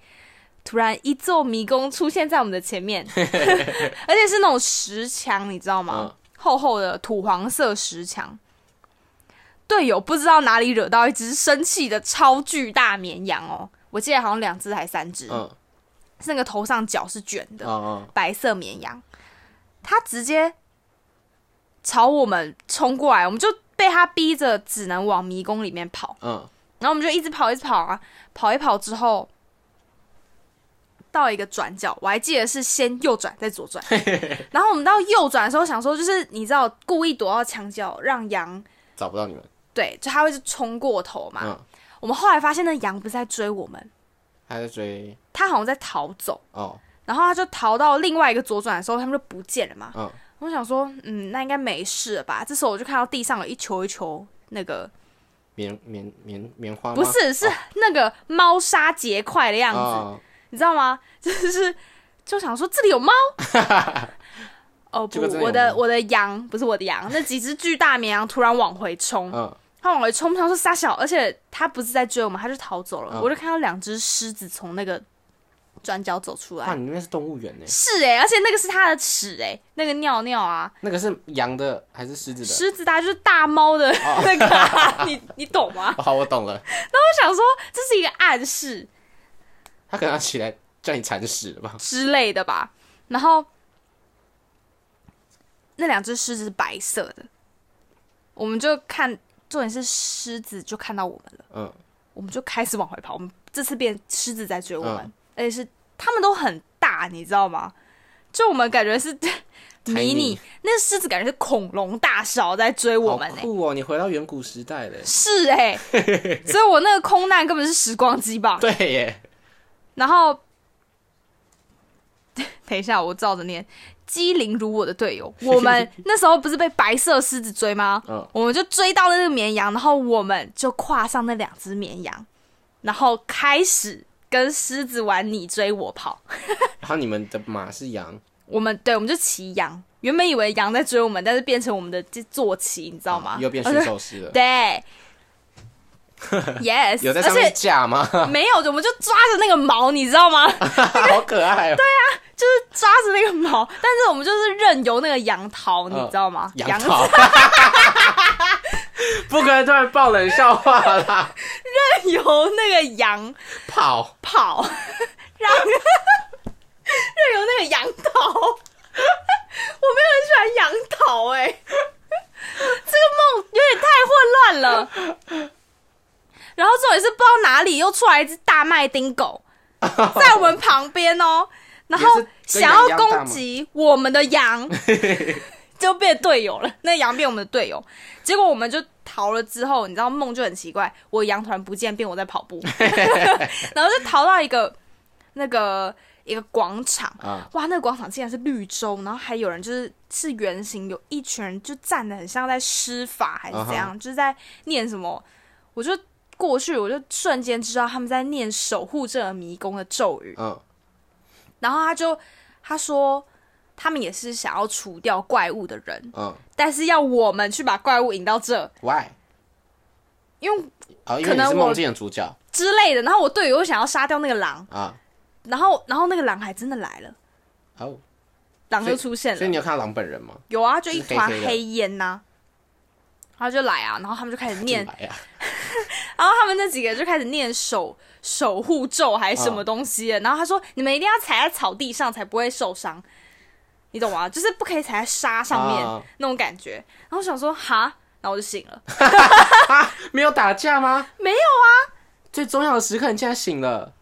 S1: 突然一座迷宫出现在我们的前面， 而且是那种石墙，你知道吗？
S2: 嗯
S1: 厚厚的土黄色石墙。队友不知道哪里惹到一只生气的超巨大绵羊哦，我记得好像两只还三只。
S2: 嗯
S1: 是那个头上角是卷的、
S2: 哦
S1: 白色绵羊，它直接朝我们冲过来，我们就被它逼着只能往迷宫里面跑，
S2: 嗯
S1: 然后我们就一直跑，一直跑啊，跑一跑之后。到一个转角，我还记得是先右转再左转， 然后我们到右转的时候想说，就是你知道故意躲到墙角，让羊
S2: 找不到你们，
S1: 对，就它会是冲过头嘛。
S2: 嗯，
S1: 我们后来发现那羊不是在追我们，
S2: 他在追
S1: 它好像在逃走，
S2: 哦，
S1: 然后它就逃到另外一个左转的时候，他们就不见了嘛。
S2: 嗯
S1: 我想说，嗯，那应该没事了吧？这时候我就看到地上有一球一球那个，
S2: 棉棉棉棉花吗
S1: 不是，是那个猫砂结块的样子，
S2: 哦，
S1: 你知道吗？ 就是就想说这里有 猫。哦
S2: 结
S1: 不
S2: 果真，的有
S1: 我的
S2: 猫
S1: 我的羊不是我的羊，那几只巨大绵羊突然往回冲，
S2: 嗯
S1: 它往回冲，它说撒小，而且它不是在追我们，它就逃走了。
S2: 嗯
S1: 我就看到两只狮子从那个转角走出
S2: 哇，
S1: 来，
S2: 你那边是动物园呢？
S1: 是哎、而且那个是它的屎哎、那个尿尿啊，
S2: 那个是羊的还是狮子的？哦
S1: 狮子大就是大猫的那个 啊、你你懂吗？
S2: 哦，好，我懂了，
S1: 我想说这是一个暗示
S2: 他可能要起来叫你铲屎了吧？
S1: 之类的吧。然后那两只狮子是白色的，我们就看，重点是狮子就看到我们了，
S2: 嗯，
S1: 我们就开始往回跑。我们这次变狮子在追我们，
S2: 嗯
S1: 而且是它们都很大，你知道吗？就我们感觉是 迷
S2: Tiny
S1: 你，那狮子感觉是恐龙大小在追我们呢、欸
S2: 好酷哦，你回到远古时代了。
S1: 是哎、所以我那个空难根本是时光机吧？
S2: 对耶，
S1: 然后， 等一下，我照着念。机灵如我的队 友，我们那时候不是被白色狮子追吗？
S2: 嗯
S1: 我们就追到那个绵羊，然后我们就跨上那两只绵羊，然后开始跟狮子玩你追我跑。
S2: 然后你们的马是羊，
S1: 我们对，我们就骑羊。原本以为羊在追我们，但是变成我们的这坐骑，你知道吗？
S2: 啊又变
S1: 而
S2: 驯
S1: 且
S2: 兽师 了。
S1: 对，yes，
S2: 有在
S1: 而
S2: 上面
S1: 且
S2: 架 吗？
S1: 没有，我们就抓着那个毛，你知道吗？
S2: 好可爱
S1: 啊
S2: 哦！
S1: 就是抓着那个毛，但是我们就是任由那个羊逃，你知道吗？
S2: 嗯杨桃， 不可能突然爆冷笑话 啦！
S1: 任由那个羊
S2: 跑，
S1: 跑， 让任由那个羊逃。我没有很喜欢羊逃、欸，哎，这个梦有点太混乱了。然后重点是不知道哪里又出来一只大麦丁狗，在我们旁边哦，然后想要攻击我们的羊，就变队友了。那羊变我们的队友，结果我们就逃了之后，你知道梦就很奇怪，我羊突然不见，变我在跑步，然后就逃到一个那个一个广场。
S2: 啊，
S1: 哇，那个广场竟然是绿洲，然后还有人就是是圆形，有一群人就站得很像在施法还是怎
S2: 啊
S1: 样就是在念什么。我就过去，我就瞬间知道他们在念守护这个迷宫的咒语。
S2: 嗯
S1: 然后他就他说，他们也是想要除掉怪物的人，
S2: 嗯
S1: 但是要我们去把怪物引到这，
S2: ，Why？
S1: 因为
S2: 哦，因
S1: 可
S2: 为你
S1: 能
S2: 是
S1: 我
S2: 梦境的主角
S1: 之类的。然后我队友又想要杀掉那个狼，
S2: 啊，
S1: 然后然后那个狼还真的来了，
S2: 哦，
S1: 狼
S2: 所
S1: 就
S2: 以
S1: 出现了。
S2: 所以你有看到狼本人吗？
S1: 有啊，就一团
S2: 就是黑黑的
S1: 黑烟呐、然后就来啊，然后他们就开始念
S2: 进，来呀，
S1: 然后他们那几个就开始念守守护咒还是什么东西
S2: 啊
S1: 的然后他说你们一定要踩在草地上才不会受伤，你懂吗？就是不可以踩在沙上面、
S2: 啊
S1: 那种感觉。然后我想说哈，然后我就醒了，
S2: 啊，没有打架吗？
S1: 没有
S2: 啊。最重要的时刻，你竟然醒了，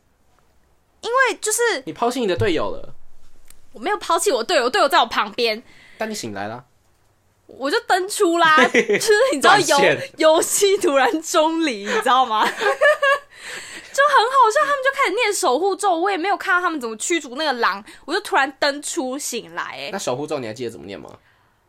S1: 因为就是
S2: 你抛弃你的队友了，
S1: 我没有抛弃我队友，队友在我旁边，
S2: 但你醒来了，
S1: 我就登出 啦，就是你知道
S2: 断
S1: 游
S2: 线
S1: 游戏突然中离，你知道吗？就 很好笑，他们就开始念守护咒，我也没有看到他们怎么驱逐那个狼，我就突然登出醒来、哎，
S2: 那守护咒你还记得怎么念吗？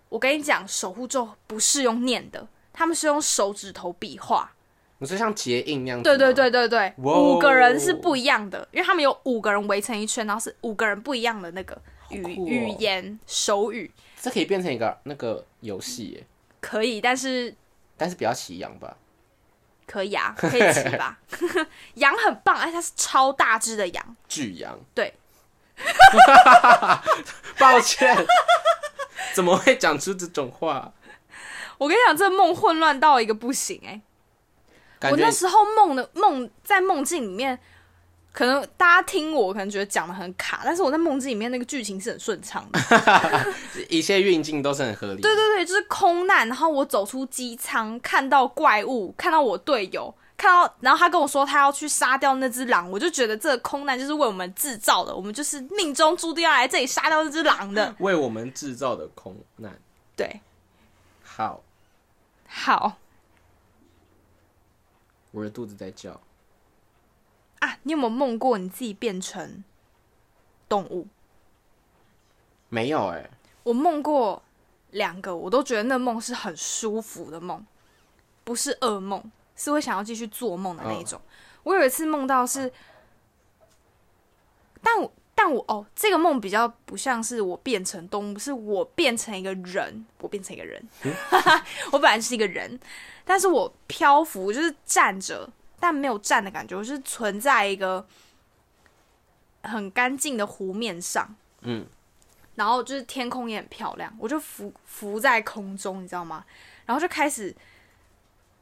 S1: 我跟你讲，守护咒不是用念的，他们是用手指头比划，
S2: 你说像结印那样子
S1: 对
S2: 吗
S1: 对，对对对，
S2: 哇哦
S1: 五个人是不一样的，因为他们有五个人围成一圈，然后是五个人不一样的那个语、
S2: 好酷哦
S1: 语言手语
S2: 这可以变成一个那个游戏耶，
S1: 可以，但是
S2: 但是比较奇痒吧。
S1: 可以啊，可以骑 吧。羊很棒，而且它是超大只的羊，
S2: 巨羊，
S1: 对，
S2: 抱歉， 怎么会讲出这种话？
S1: 我跟你讲，这梦混乱到一个不行哎、
S2: 感
S1: 我
S2: 觉
S1: 那时候梦的梦在梦境里面，可能大家听我可能觉得讲的很卡，但是我在梦境里面那个剧情是很顺畅 的。
S2: 一切运镜都是很合理的。
S1: 对对对，就是空难，然后我走出机舱，看到怪物，看到我队友，看到，然后他跟我说他要去杀掉那只狼，我就觉得这个空难就是为我们制造的，我们就是命中注定要来这里杀掉那只狼的。
S2: 为我们制造的空难。
S1: 对，
S2: 好，
S1: 好
S2: 我的肚子在叫。
S1: 啊，你有没有梦过你自己变成动物？
S2: 没有哎、
S1: 我梦过两个，我都觉得那梦是很舒服的梦，不是噩梦，是会想要继续做梦的那一种。我有一次梦到是，但我但我哦，这个梦比较不像是我变成动物，是我变成一个人，我变成一个人， 我本来是一个人，但是我漂浮就是站着，但没有站的感觉，我是存在一个很干净的湖面上。然后就是天空也很漂亮，我就浮浮在空中，你知道吗？然后就开始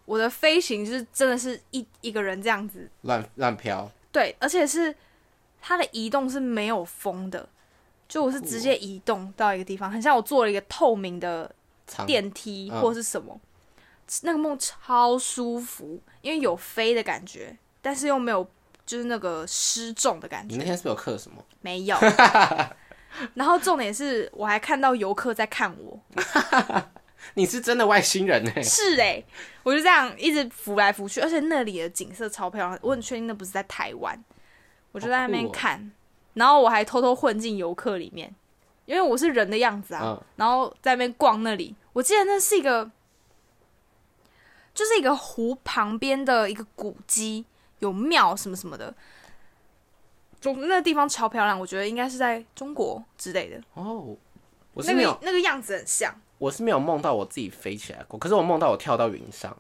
S1: 我的飞行，就是真的是一一个人这样子，
S2: 乱乱飘，
S1: 对，而且是它的移动是没有风的，就我是直接移动到一个地方，很像我坐了一个透明的
S2: 长
S1: 电梯
S2: 嗯
S1: 或是什么，那个梦超舒服，因为有飞的感觉，但是又没有就是那个失重的感
S2: 你
S1: 觉
S2: 那，天是不是有课什么？
S1: 没 有。然后重点是我还看到游客在看我，
S2: 你是真的外星人 哎、
S1: 是哎、我就这样一直浮来浮去，而且那里的景色超漂亮，我很确定那不是在台湾，我就在那边
S2: 好酷哦
S1: 看，然后我还偷偷混进游客里面，因为我是人的样子啊，
S2: 嗯
S1: 然后在那边逛那里，我记得那是一个，就是一个湖旁边的一个古迹，有庙什么什么的。中那个地方超漂亮，我觉得应该是在中国之类的，
S2: 哦，我是
S1: 那
S2: 没有，
S1: 个那个样子很像
S2: 我是没有梦到我自己飞起来过，可是我梦到我跳到云上。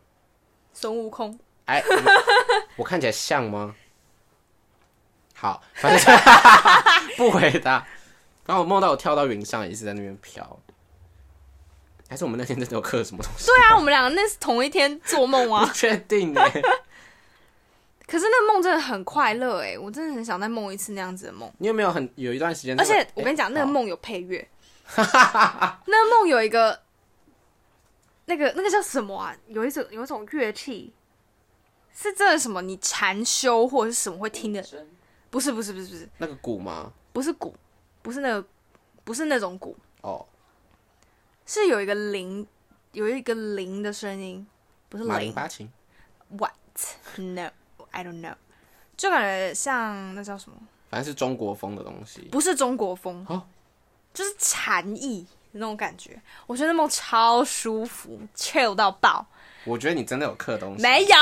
S1: 孙悟空。
S2: 哎， 我看起来像吗？好，反 正不回答。然后我梦到我跳到云上，也是在那边飘。还是我们那天真的有刻什么东西？
S1: 对啊，我们两个那是同一天做梦啊
S2: 不。确定哎、
S1: 可是那梦真的很快乐哎、我真的很想再梦一次那样子的梦。
S2: 你有没有很有一段时间
S1: 而
S2: 真的？
S1: 且我跟你讲，
S2: 哎
S1: 那个梦有配 乐，那个梦有一个，那个那个叫什么啊？有一种有一种乐器，是真的什么？你禅修或者是什么会听的？不是不是不是不是
S2: 那个鼓吗？
S1: 不是鼓，不是那个不是那种鼓，
S2: 哦，
S1: 是有一个铃，有一个铃的声音，不是
S2: 马
S1: 铃
S2: 林，巴琴，
S1: What? No, I don't know。就感觉像那叫什么？
S2: 反正是中国风的东西。
S1: 不是中国风，
S2: 哦
S1: 就是禅意那种感觉。我觉得那梦超舒服，chill 到爆。
S2: 我觉得你真的有刻东西，
S1: 没有，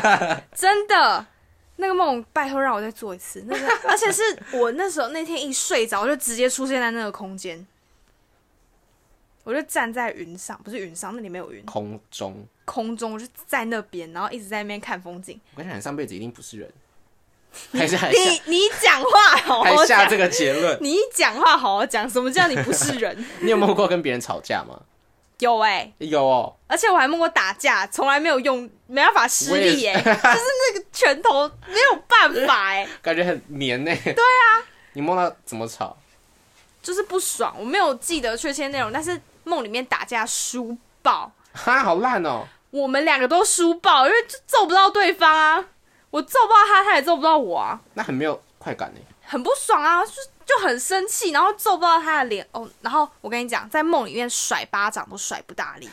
S1: 真的，那个梦拜托让我再做一次。那个， 而且是我那时候那天一睡着就直接出现在那个空间，我就站在云上，不是云上，那里没有云，
S2: 空中。
S1: 空中，我就在那边，然后一直在那边看风景。
S2: 我跟你讲，你上辈子一定不是人，还是还下
S1: 你你讲话哦好好
S2: 还下
S1: 讲
S2: 这，个结 论？
S1: 你讲话好好讲，什么叫你不是人？
S2: 你有梦过跟别人吵架吗？
S1: 有哎、
S2: 有哦，
S1: 而且我还梦过打架，从来没有用，没办法施力耶、 就是那个拳头没有办法哎、
S2: 感觉很黏呢、对啊，你梦到怎么吵？
S1: 就是不爽。我没有记得确切内容，但是梦里面打架输爆，
S2: 哈，好烂哦、
S1: 我们两个都输爆，因为就揍不到对方啊，我揍不到他，他也揍不到我啊，
S2: 那很没有快感呢、
S1: 很不爽啊，就就很生气，然后揍不到他的脸哦。然后我跟你讲，在梦里面甩巴掌都甩不大力，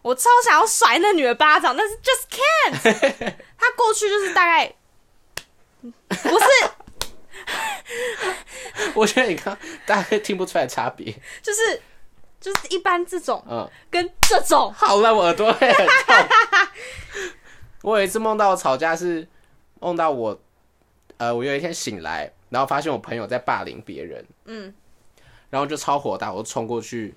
S1: 我超想要甩那女的巴掌，但是 just can't。她 过去就是大概，不是，
S2: 我觉得你刚大家听不出来差别。
S1: 就是就是一般这种
S2: 嗯，
S1: 跟这种，
S2: 好烂，我耳朵会很痛。 我有一次梦到吵架是梦到我，呃，我有一天醒来，然后发现我朋友在霸凌别人，
S1: 嗯，
S2: 然后就超火大，我就冲过去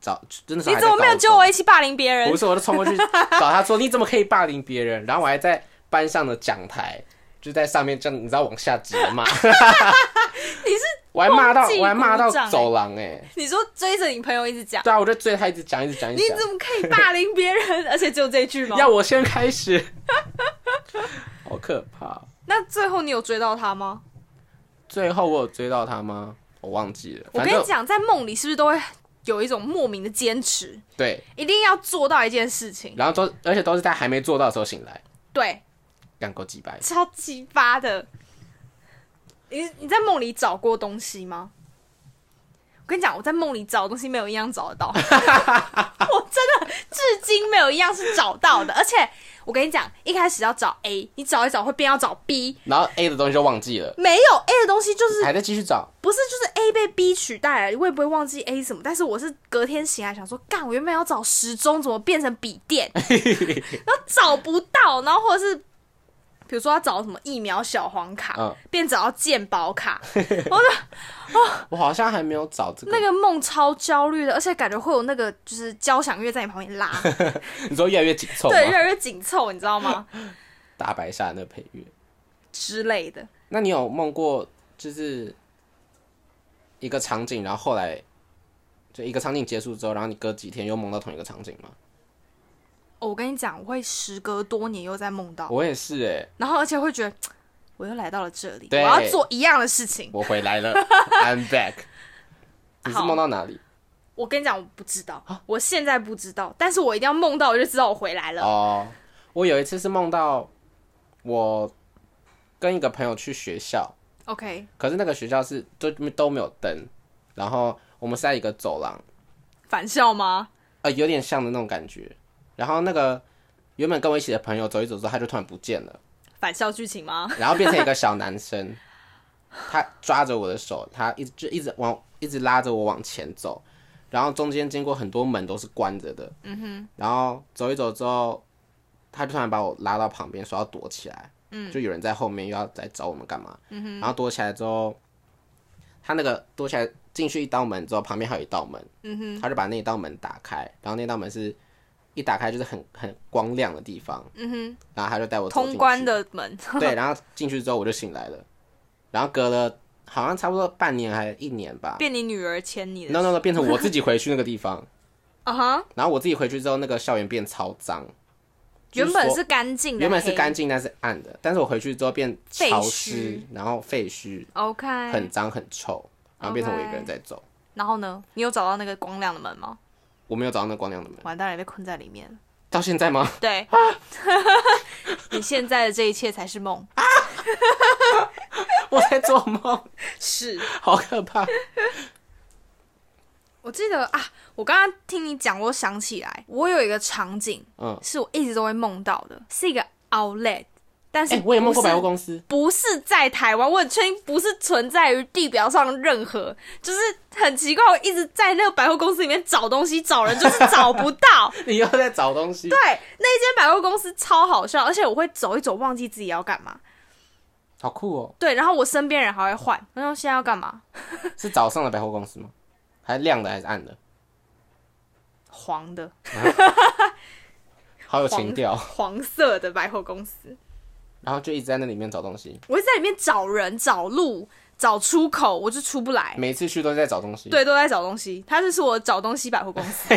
S2: 找，真的是
S1: 你怎么没有揪我一起霸凌别人
S2: 不？是，我就冲过去找他说：“你怎么可以霸凌别人？”然后我还在班上的讲台，就在上面这样，你知道往下直 骂。你是？我还骂到，
S1: 忘记
S2: 我还骂到
S1: 鼓掌欸
S2: 走廊哎、
S1: 你说追着你朋友一直讲，
S2: 对啊，我就追他一直讲，一直讲，一
S1: 你
S2: 直讲
S1: 怎。么可以霸凌别人？而且只有这一句吗？
S2: 要我先 开始，好可怕。
S1: 那最后你有追到他吗？
S2: 最后我有追到他吗？我忘记了。
S1: 我
S2: 反
S1: 跟
S2: 正
S1: 你讲，在梦里是不是都会有一种莫名的坚持，
S2: 对，
S1: 一定要做到一件事情？
S2: 然后都而且都是在还没做到的时候醒来，
S1: 对，
S2: 干够几百。
S1: 超鸡巴的。你你在梦里找过东西吗？我跟你讲，我在梦里找的东西没有一样找得到，我真的至今没有一样是找到的。而且我跟你讲，一开始要找 A，你找一找会变要找 B，
S2: 然后 A 的东西就忘记了，
S1: 没有 A 的东西就是
S2: 还在继续找。
S1: 不是，就是 A 被 B 取代了，我也不会忘记 A 什么。但是我是隔天醒来想说，干，我原本要找时钟，怎么变成笔电？然后 找不到，然后或者是比如说要找什么疫苗小黄卡，
S2: 嗯
S1: 变找到健保 卡，
S2: 我好像还没有找这个。
S1: 那个梦超焦虑的，而且感觉会有那个就是交响乐在你旁边 拉，
S2: 你说越来越紧凑吗？
S1: 对，越来越紧凑，你知道吗？
S2: 大白鲨那个配乐。
S1: 之类的。
S2: 那你有梦过就是一个场景，然后后来就一个场景结束之后，然后你隔几天又梦到同一个场景吗？
S1: 哦我跟你讲，我会时隔多年又在梦到，
S2: 我也是哎、
S1: 然后而且会觉得我又来到了这里，我
S2: 对
S1: 要做一样的事情。
S2: 我回来了，I'm back。你是
S1: 好
S2: 梦到哪里？
S1: 我跟你讲，我不知道，
S2: 啊
S1: 我现在不知道，但是我一定要梦到，我就知道我回来了。
S2: 哦，我有一次是梦到我跟一个朋友去学校，
S1: OK，
S2: 可是那个学校是都都没有灯，然后我们是在一个走廊，
S1: 返校吗？
S2: 呃，有点像的那种感觉。然后那个原本跟我一起的朋友走一走之后，他就突然不见了。
S1: 返校剧情吗？
S2: 然后变成一个小男 生，他抓着我的手，他一直就一直往一直拉着我往前走，然后中间经过很多门都是关着的，嗯哼，然后走一走之后，他就突然把我拉到旁边说要躲起来，嗯，就有人在后面又要来找我们干嘛，嗯哼，然后躲起来之后，他那个躲起来进去一道门之后，旁边还有一道门，嗯哼，他就把那道门打开，然后那道门是一打开就是很很光亮的地方，嗯哼，然后他就带我走进
S1: 通
S2: 去
S1: 关的门，
S2: 对，然后进去之后我就醒来了，然后隔了好像差不多半年还一年吧
S1: 变你女儿牵你的。
S2: ，no no no，变成我自己回去那个地 方，
S1: 啊哈，
S2: 然后我自己回去之后，那个校园变超脏，就
S1: 原
S2: 是
S1: 本
S2: 说
S1: 是干净的，
S2: 原本是干。净但是暗的，但是我回去之后变
S1: 废
S2: 潮
S1: 墟
S2: 湿，然后废墟
S1: OK，
S2: 很脏很臭，然后变成我一个人在走，
S1: 然后呢？你有找到那个光亮的门吗？
S2: 我没有找到那光亮的门，
S1: 完蛋了，被困在里面 了。
S2: 到现在吗？
S1: 对， 你现在的这一切才是 梦。
S2: 我在做梦，
S1: 是
S2: 好可怕。
S1: 我记得啊，我刚刚听你讲，我想起来，我有一个场景
S2: 嗯，
S1: 是我一直都会梦到的，是一个 outlet，但是、
S2: 哎、我也梦过百货
S1: 公。
S2: 公司，
S1: 不是在台湾，我很确定不是存在于地表上任何，就是很奇怪，我一直在那个百货公司里面找东西找人，就是找不到。
S2: 你又在找东 西，
S1: 对，那间百货公司超好笑，而且我会走一走，忘记自己要干嘛。
S2: 好酷哦！
S1: 对，然后我身边人还会换，然后现在要干嘛？
S2: 是早上的百货公司吗？还是亮的还是暗的？
S1: 黄的，
S2: 好有
S1: 黄
S2: 情调。
S1: 黄色的百货公司，
S2: 然后就一直在那里面找东西，
S1: 我一直在里面找人、找路、找出口，我就出不来。
S2: 每次去都在找东西，，
S1: 哎对，都在找东西，它就是我找东西百货公司。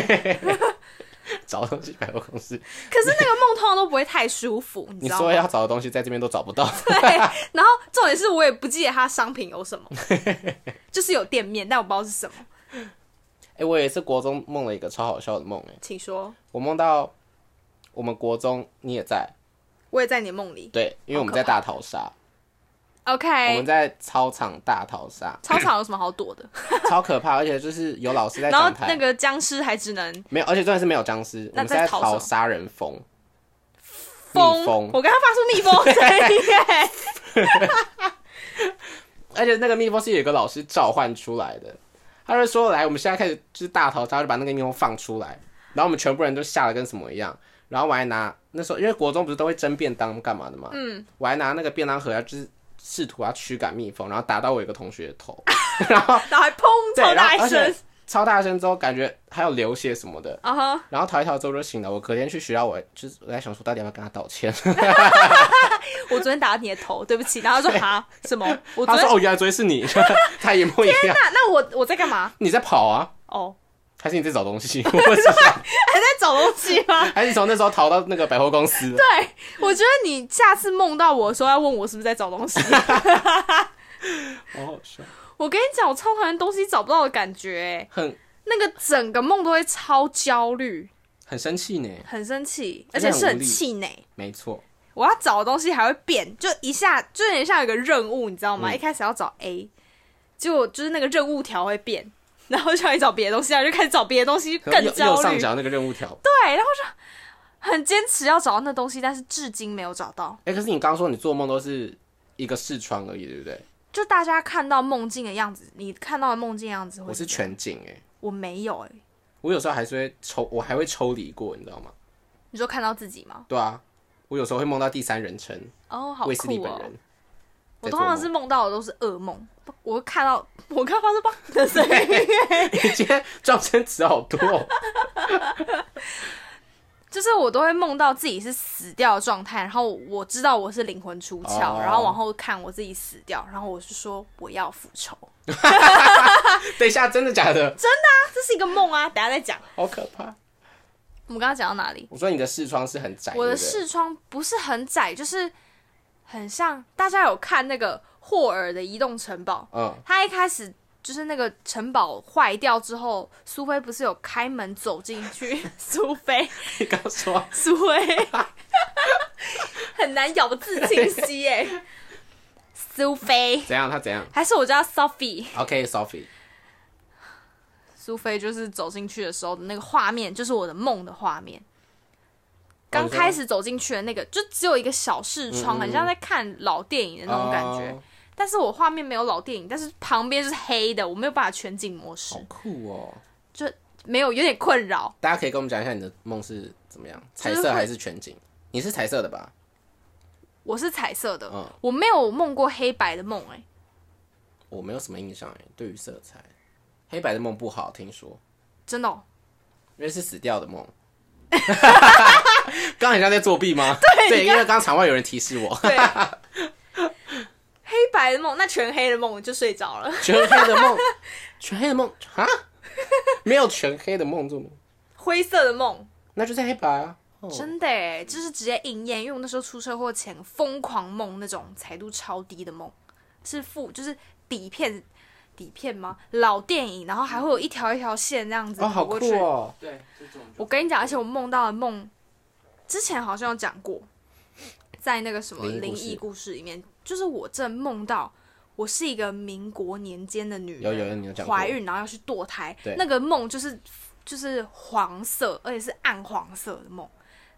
S2: 找东西百货公司。
S1: 可是那个梦通常都不会太舒服，你
S2: 你
S1: 知道吗？
S2: 说要找的东西在这边都找不到，
S1: 对，然后重点是我也不记得它商品有什 么，就是有店面，但我不知道是什么。
S2: 哎、我也是国中梦了一个超好笑的梦，哎，
S1: 请说，
S2: 我梦到我们国中你也在，
S1: 我也在你的梦里。
S2: 对，因为我们在大逃杀，我
S1: OK，
S2: 们在操场大
S1: ，
S2: 逃杀
S1: 操场有什么好躲 的？
S2: 超可怕，而且就是有老师在
S1: 然后
S2: 讲台，
S1: 那个僵尸还只能
S2: 没有，而且真的是没有僵尸，我
S1: 那
S2: 们是
S1: 在
S2: 在
S1: 逃什
S2: 逃
S1: 么
S2: 杀人蜂，
S1: 风，
S2: 蜜蜂，
S1: 我跟他发出蜜蜂声音哎耶。
S2: 而且那个蜜蜂是有一个老师召唤出来的，他就说：“来，我们现在开始就是大逃杀，就把那个蜜蜂放出来。”然后我们全部人都吓得跟什么一样，然后我还拿那时候因为国中不是都会蒸便当干嘛的嘛，嗯，我还拿那个便当盒要就是试图要驱赶蜜蜂，然后打到我一个同学的头，然后
S1: 然后还砰，
S2: 对
S1: 超
S2: 然
S1: 大
S2: 后
S1: 一
S2: 而且
S1: 声，
S2: 超大声之后感觉还有流血什么的，
S1: 啊哈！
S2: 然后逃一逃之后就醒了。我隔天去学校，我就是我在想说到底要不要跟他道歉。
S1: 我昨天打你的头，对不起。然后他 说哈什么？我昨
S2: 他
S1: 天
S2: 说哦，原来昨天是你， 他一模一样。
S1: 那那我我在干嘛？
S2: 你在跑啊？
S1: 哦，
S2: 还是你在找东西？我 不知道。
S1: 还在找东西 吗？
S2: 还是你从那时候逃到那个百货公司？
S1: 对，我觉得你下次梦到我的时候要问我是不是在找东西。
S2: 好好笑，
S1: 我跟你讲，我超讨厌东西找不到的感觉、欸，
S2: 很
S1: 那个整个梦都会超焦虑，
S2: 很生气呢。
S1: 很生气，而
S2: 而且
S1: 且
S2: 很
S1: 是
S2: 无
S1: 很
S2: 力
S1: 气馁。
S2: 没错，
S1: 我要找的东西还会变，就一下就有点像有个任务，你知道吗？
S2: 嗯
S1: 一开始要找 A，结果就是那个任务条会变， 然后就要去找别的东西，然后就开始找别的东西，
S2: 可能
S1: 更
S2: 右
S1: 焦
S2: 右上
S1: 虑。
S2: 角那个任务条。
S1: 对，然后就很坚持要找到那东西，但是至今没有找到。
S2: 哎、可是你刚刚说你做梦都是一个视窗而已，对不对？
S1: 就大家看到梦境的样子，你看到的梦境的样子会
S2: 我是
S1: 这样，
S2: 全景哎、
S1: 我没有哎、
S2: 我有时候还是会抽，我还会抽离过，你知道吗？
S1: 你说看到自己吗？
S2: 对啊，我有时候会梦到第三人称，
S1: 哦，好
S2: 卫斯理
S1: 酷
S2: 本
S1: 哦！
S2: 人。
S1: 我
S2: 在
S1: 通
S2: 做
S1: 常
S2: 梦
S1: 是梦到的都是噩梦，不我看到 我看发出吧的声音，
S2: 你今天撞声词好多、哦，
S1: 就是我都会梦到自己是死掉的状态，然后我知道我是灵魂出窍，
S2: 哦
S1: 然后往后看我自己死掉，然后我是说我要复仇，
S2: 等一下，真的假的？
S1: 啊，这是一个梦啊，等一下再讲。
S2: 好可怕！
S1: 我们刚刚讲到哪里？
S2: 我说你的视窗是很窄，
S1: 我的
S2: 哎对不对
S1: 视窗不是很窄，就是很像大家有看那个霍尔的《移动城堡》，
S2: 嗯，
S1: 他一开始就是那个城堡坏掉之后，苏菲不是有开门走进去？ 苏菲，
S2: 你刚说
S1: 苏菲，很难咬字清晰耶。苏菲，
S2: 怎样？他怎样
S1: 还是我叫 Sophie。
S2: ？OK，Sophie，、
S1: 苏菲就是走进去的时候的那个画面，就是我的梦的画面。刚开始走进去的那个，就只有一个小视窗，
S2: 哦嗯嗯嗯
S1: 很像在看老电影的那种感觉。
S2: 哦
S1: 但是我画面没有老电影，但是旁边就是黑的，我没有办法全景模式
S2: 好，酷哦！
S1: 没有有点困扰。
S2: 大家可以跟我们讲一下你的梦是怎么样，彩
S1: 是
S2: 色
S1: 会
S2: 还是全景？你是彩色的吧？
S1: 我是彩色的，
S2: 嗯
S1: 我没有梦过黑白的梦、哎，
S2: 我没有什么印象哎，对于色彩，黑白的梦不好，听说，
S1: 真的、哦，
S2: 因为是死掉 的梦。刚刚很像在作 弊吗？对，因为刚刚场外有人提示我，
S1: 对，黑白的梦，那全黑的梦我就睡着了，
S2: 全黑的梦，全黑的梦啊，没有全黑的梦这种，
S1: 灰色的梦，
S2: 那就是黑白啊。哦
S1: 真的、哎，就是直接应验，因为我那时候出车祸前疯狂梦那种彩度超低的梦，是负就是底片。底片吗？老电影，然后还会有一条一条线这样子
S2: 哦，
S1: 跑
S2: 好酷
S1: 过去。
S2: 哦！
S3: 对，这种
S1: 我跟你讲，而且我梦到的梦，之前好像有讲过，在那个什么灵
S2: 灵异故事
S1: 异故事里面，就是我正梦到我是一个民国年间的女人，
S2: 有有有你有讲过
S1: 怀孕然后要去堕胎
S2: 对，
S1: 那个梦就是就是黄色，而且是暗黄色的梦。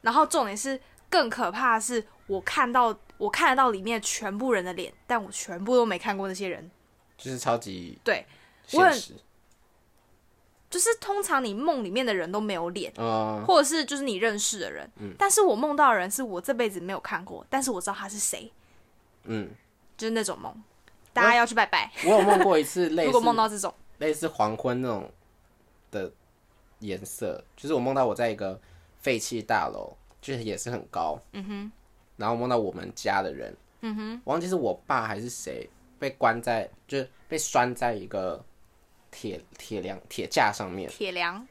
S1: 然后重点是更可怕的是，我看到我看得到里面全部人的脸，但我全部都没看过那些人。
S2: 就是超级
S1: 对，我
S2: 现
S1: 很
S2: 实，
S1: 就是通常你梦里面的人都没有脸。
S2: 嗯，
S1: 或者是就是你认识的人，但是我梦到的人是我这辈子没有看过，但是我知道他是谁，
S2: 嗯，
S1: 就是那种梦，大家要去拜拜。
S2: 我有梦过一次哦类
S1: 如
S2: 似
S1: 果梦到这种，
S2: 类似黄昏那种的颜色，就是我梦到我在一个废弃大楼，就是也是很高，嗯哼，然后梦到我们家的人，嗯哼，忘记是我爸还是谁被关在，就是被拴在一个铁铁梁铁架上面，
S1: 铁梁，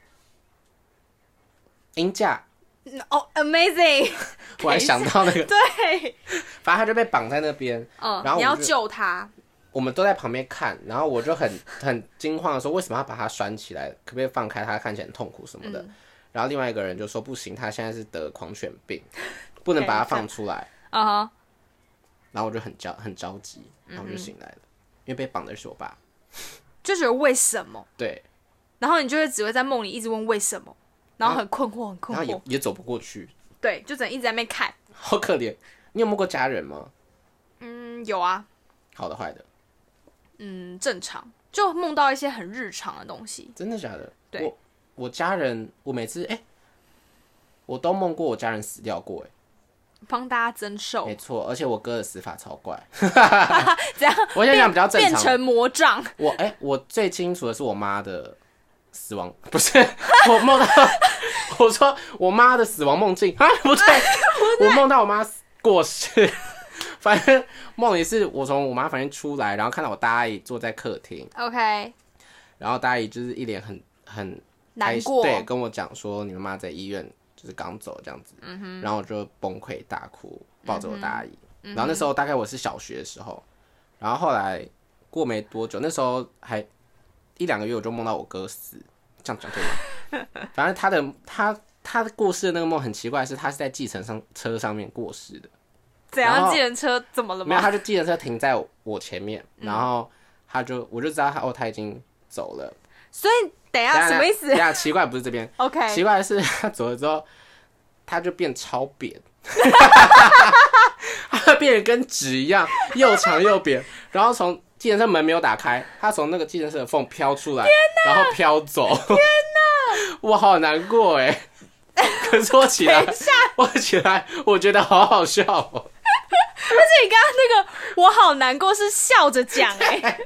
S2: 鹰架，
S1: 嗯哦，amazing，
S2: 我还想到那个，
S1: 对，
S2: 反正他就被绑在那边，
S1: 嗯
S2: 然，后
S1: 你
S2: 我
S1: 要
S2: 就
S1: 救他，
S2: 我们都在旁边看，然后我就很 很惊慌的说，为什么要把它拴起来？可不可以放开它？看起来很痛苦什么的。然后另外一个人就说不行，他现在是得狂犬病，不能把它放出来。
S1: 嗯哼，
S2: 然后我就很焦很着急，然后我就醒来了，因为被绑的是我爸。
S1: 就觉得为什么，
S2: 对，
S1: 然后你就会只会在梦里一直问为什么，然后很困惑，很
S2: 然
S1: 困
S2: 后也
S1: 惑，
S2: 也走不过去，
S1: 对，就只能一直在那边看。
S2: 好可怜。你有摸过家人吗？
S1: 嗯，有啊，
S2: 好的坏的？
S1: 嗯，正常，就梦到一些很日常的东西，
S2: 真的假的？
S1: 对
S2: 我我家人，我每次哎、我都梦过我家人死掉过，哎，
S1: 帮大家增寿
S2: 没，错，而且我哥的死法超 怪。
S1: 这样
S2: 我想想比较正
S1: 变
S2: 常。
S1: 成魔杖，
S2: 我哎、我最清楚的是我妈的死亡，不是我梦到，我说我妈的死亡梦境啊，不对，我梦到我妈死过世。 反正梦里是我从我妈房间出来，然后看到我大阿姨坐在客厅，
S1: OK，
S2: 然后大阿姨就是一脸很很
S1: 难
S2: 开心
S1: 过，
S2: 对，跟我讲说你妈妈在医院就是刚走这样子，
S1: 嗯
S2: 然后我就崩溃大哭，抱着我大阿姨。
S1: 嗯
S2: 然后那时候大概我是小学的时候，然后后来过没多久，那时候还一两个月，我就梦到我哥死，这样讲对吗？ 反正他的他他过世的那个梦很奇怪，是他是在计程上车上面过世的，
S1: 怎
S2: 然
S1: 样？
S2: 后
S1: 计程车怎么了嗯
S2: 没有，
S1: 吗？
S2: 他就计程车停在我前面，然后他就我就知道他哦他已经走了，
S1: 所以等一
S2: 等
S1: 下
S2: 一下
S1: 啊什么意
S2: 等
S1: 思
S2: 一下奇怪不是这边。奇
S1: ？OK，
S2: 怪的是， 他走了之后，他就变超扁， 他变得跟纸一样，又长又扁。然后从计程车门没有打开，他从那个计程车的缝飘出来，然后飘走。天哪！ 我好难过哎。可是我起来，我起来，我觉得好好笑哦。
S1: 而且你刚刚啊那个我好难过，是笑着讲 哎、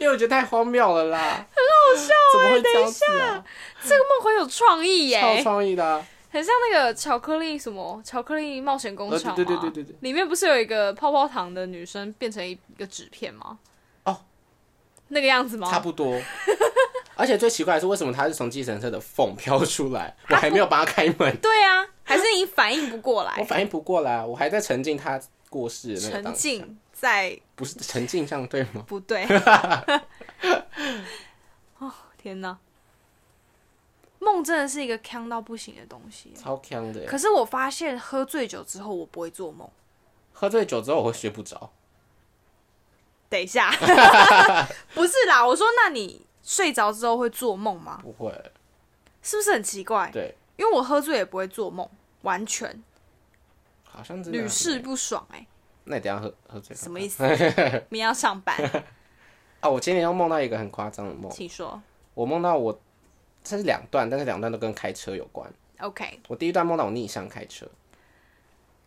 S2: 因为我觉得太荒谬了啦，很好笑怎么会这样子啊？
S1: 这个梦很有创意耶、
S2: 超有创意的啊、
S1: 很像那个巧克力什么巧克力冒险工厂、
S2: 呃对对对对对对，
S1: 里面不是有一个泡泡糖的女生变成一个纸片吗？
S2: 哦，
S1: 那个样子吗？
S2: 差不多。而且最奇怪的是，为什么他是从计程车的缝飘出来？
S1: 啊
S2: 我还没有帮他开门，
S1: 对啊，还是你反应不过
S2: 我
S1: 来，
S2: 反应不过来，我还在沉浸他过世的那个
S1: 哎沉
S2: 当下，
S1: 浸在
S2: 不是沉浸上对 吗？
S1: 不对。哦天哪，梦真的是一个坑到不行的东西。
S2: 超强的耶，
S1: 可是我发现喝醉酒之后，我不会做梦。
S2: 喝醉酒之后我会睡不着，
S1: 等一下， 不是啦，我说那你睡着之后会做梦吗？
S2: 不会，
S1: 是不是很奇怪？
S2: 对，
S1: 因为我喝醉也不会做梦，完全
S2: 好像真的啊
S1: 屡试
S2: 很。
S1: 不爽哎、
S2: 那你等一下喝喝醉
S1: 什
S2: 什
S1: 么意 思？明天要上班，
S2: 啊？我今天又梦到一个很夸张的梦，
S1: 请说。
S2: 我梦到我这是两段，但是两段都跟开车有关。
S1: OK，
S2: 我第一段梦到我逆向开车，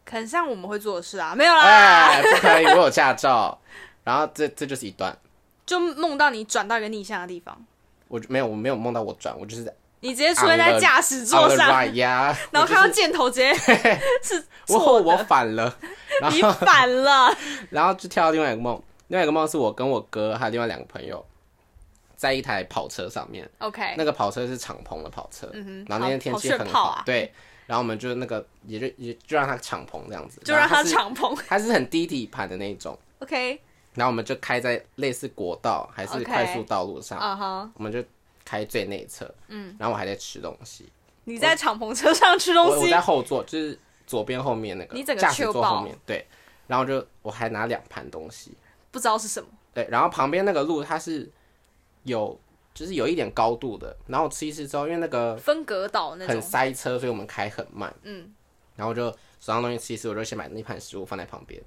S1: 可能像我们会做的事啊，没有啦，
S2: 哎，不可以，我有驾照。然后这这就是一段，
S1: 就梦到你转到一个逆向的地方，
S2: 我就没有我没有梦到我转，我就是
S1: 你直接出现在驾驶座
S2: On the
S1: 上，
S2: right, yeah,
S1: 然后
S2: 我就
S1: 看到箭头直接 是
S2: 我后
S1: 错
S2: 我
S1: 的，
S2: 反 了，然
S1: 你反了，
S2: 然后就跳到另外一个梦，另外一个梦是我跟我哥还有另外两个朋友，在一台跑车上面，
S1: OK，
S2: 那个跑车是敞篷的跑车，
S1: 哎嗯哼
S2: 然后那天天气
S1: 好好
S2: 很
S1: 炫炮啊
S2: 对，然后我们就那个也就也就让它敞篷这样子，
S1: 就让他，
S2: 它
S1: 敞篷
S2: 它是很低底盘的那一种，
S1: ，OK，
S2: 然后我们就开在类似国道还是
S1: OK
S2: 快速道路上
S1: 啊哈，
S2: 我们就开最内侧，嗯，然后我还在吃东西，
S1: 你在敞篷车上吃
S2: 我
S1: 东
S2: 我
S1: 西
S2: 在后座，就是左边后面那个，
S1: 你整个
S2: 驾驶座
S1: chill 爆
S2: 后面对，然后就我还拿两盘东西，
S1: 不知道是什么，
S2: 对，然后旁边那个路它是有就是有一点高度的，然后我吃一吃之后，因为那个
S1: 分隔岛那
S2: 很
S1: 种，
S2: 塞车，所以我们开很慢，
S1: 嗯，
S2: 然后我就手上东西吃一吃，我就先把那盘食物放在旁边，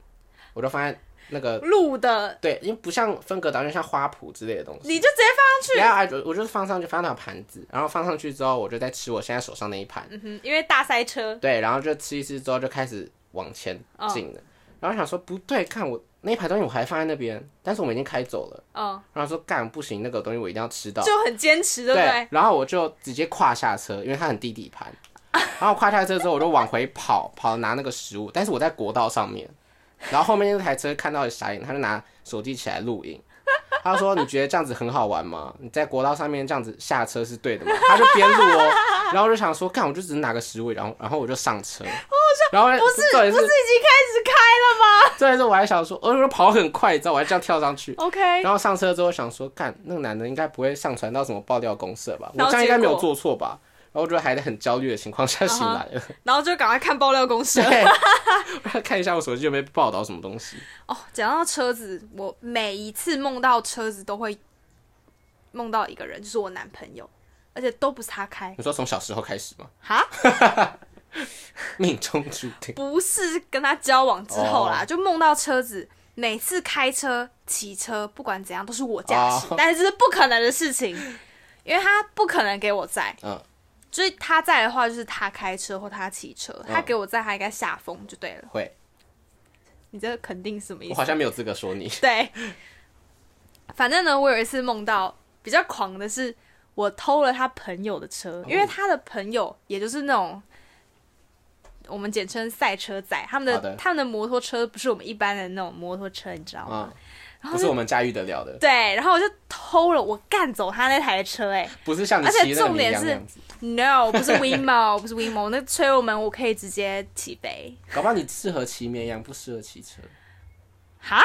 S2: 我就放在那个
S1: 路的，
S2: 对，因为不像分隔岛，就像花圃之类的东西。
S1: 你就直接放上去。
S2: 然后我我就是放上去，放到盘子，然后放上去之后，我就在吃我现在手上那一盘，
S1: 嗯哼，因为大塞车，
S2: 对，然后就吃一吃之后就开始往前进了。然后想说不对，看我那一排东西我还放在那边，但是我们已经开走了。
S1: 嗯，
S2: 然后说干不行，那个东西我一定要吃到。
S1: 就很坚持，对不对？
S2: 然后我就直接跨下车，因为它很低底 盘。然后跨下车之后，我就往回跑，跑拿那个食物，但是我在国道上面。然后后面那台车看到了傻眼，他就拿手机起来录影。他说：“你觉得这样子很好玩吗？你在国道上面这样子下车是对的吗？”他就边录 哦，然后我就想说，干，我就只是拿个食物，然后然后我就上车。然后
S1: 不是，
S2: 重
S1: 不是已
S2: 点
S1: 经开
S2: 是，
S1: 始开了 吗
S2: 重点是我还想说，呃我就跑很快，你知道，我还这样跳上去。
S1: ？OK，
S2: 然后上车之后想说，干那个男的应该不会上传到什么爆料公社吧？我
S1: 然后
S2: 这样应该没
S1: 结
S2: 有
S1: 果啊
S2: 做错吧？然后我就还在很焦虑的情况下醒来了，
S1: 然后就赶快看爆料公司。
S2: 对， 我要看一下我手机有没有报道什么东西。
S1: 哦，讲到车子，我每一次梦到车子都会梦到一个人，就是我男朋友，而且都不是他开。
S2: 你说从小时候开始吗？
S1: 哈，
S2: 命中注定。
S1: 不是跟他交往之后
S2: 哦
S1: 啦，就梦到车子，每次开车、骑车，不管怎样都是我驾驶
S2: 哦
S1: 但是这是不可能的事情，因为他不可能给我载。
S2: 嗯
S1: 就是他在的话，就是他开车或他骑车，
S2: 哦
S1: 他给我在，他应该下风就对了。
S2: 会，
S1: 你这肯定什么意
S2: 我
S1: 思？
S2: 好像没有资格说你。
S1: 对，反正呢，我有一次梦到比较狂的是，我偷了他朋友的
S2: 哦
S1: 车，因为他的朋友也就是那种我们简称赛车仔，他们的
S2: 好的
S1: 他们的摩托车不是我们一般的那种摩托车，你知道吗？哦
S2: 嗯，
S1: 然后
S2: 不是
S1: 就
S2: 我们驾驭得了的，
S1: 对，然后我就偷了，我干走他那台车、哎
S2: 不是像你
S1: 而且
S2: 骑那个
S1: 重
S2: 绵
S1: 点
S2: 羊那
S1: 是
S2: 样子。
S1: ，no，不是 WeMo，不是 WeMo，那催油门我可以直接起飞，
S2: 搞不好你适合骑绵羊，不适合骑车。
S1: 哈，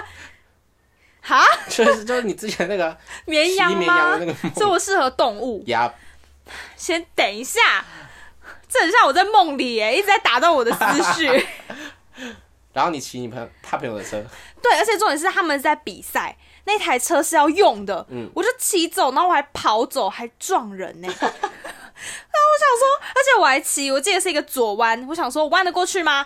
S1: 哈，
S2: 就是就是你之前那 个
S1: 绵
S2: 骑
S1: 羊
S2: 绵
S1: 吗
S2: 羊 的那？个
S1: 所以我适合动物。
S2: 鸭，
S1: 先等一下，这很像我在梦里耶，一直在打断我的思绪。
S2: 然后你骑你朋友他朋友的车，
S1: 对，而且重点是他们在比赛，那台车是要用的，我就骑走，然后我还跑走，还撞人呢。然后我想说，而且我还骑，我记得是一个左弯，我想说我弯得过去吗？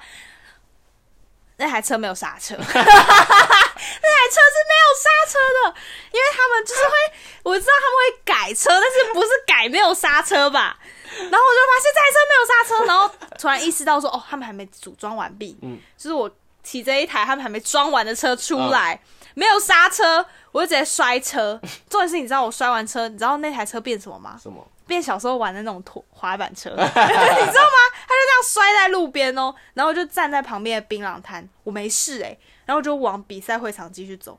S1: 那台车没有刹车，那台 车是没有刹车的，因为他们就是会，我知道他们会改车，但是不是改没有刹车吧？然后我就发现这台车没有刹车，然后突然意识到说，哦，他们还没组装完毕，嗯，就是我骑着一台他们还没装完的车出来，没有刹车，我就直接摔车。重点是，你知道我摔完车，你知道那台车变什么吗？
S2: 什么？
S1: 变小时候玩的那种拖滑板车，你知 道吗？他就这样摔在路边哦，然后就站在旁边的槟榔摊，我没事哎、然后就往比赛会场继续走，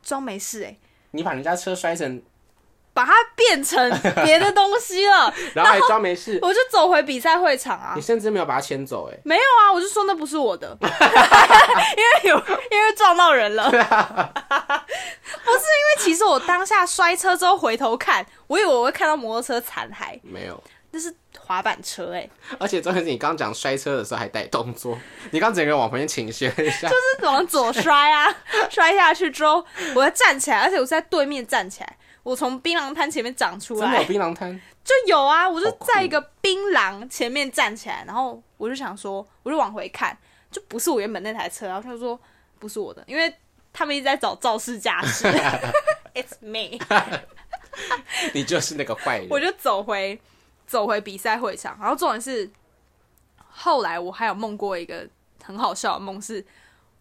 S1: 装没事哎、
S2: 你把人家车摔成，
S1: 把它变成别的东西了，
S2: 然后还装没事，
S1: 我就走回比赛会场啊
S2: 你。甚至没有把他牵走，哎，
S1: 没有啊，我就说那不是我的， 因为有因为撞到人了， 不是因为其实我当下摔车之后回头看，我以为我会看到摩托车残骸，
S2: 没有。
S1: 那是滑板车哎、
S2: 而且重点是你刚讲摔车的时候还带动作，你刚整个人往旁边倾斜了一下，
S1: 就是往左摔啊， 摔下去之后，我要站起来，而且我是在对面站起来，我从槟榔摊前面长出
S2: 真的
S1: 来
S2: 有，槟榔摊，
S1: 就有啊，我就
S2: 好酷
S1: 在一个槟榔前面站起来，然后我就想说，我就往回看，就不是我原本那台车，然后他就说不是我的，因为他们一直在找肇事驾 驶，It's me，
S2: 你就是那个坏人。
S1: 我就走回走回比赛会场，然后重点是，后来我还有梦过一个很好笑的梦，是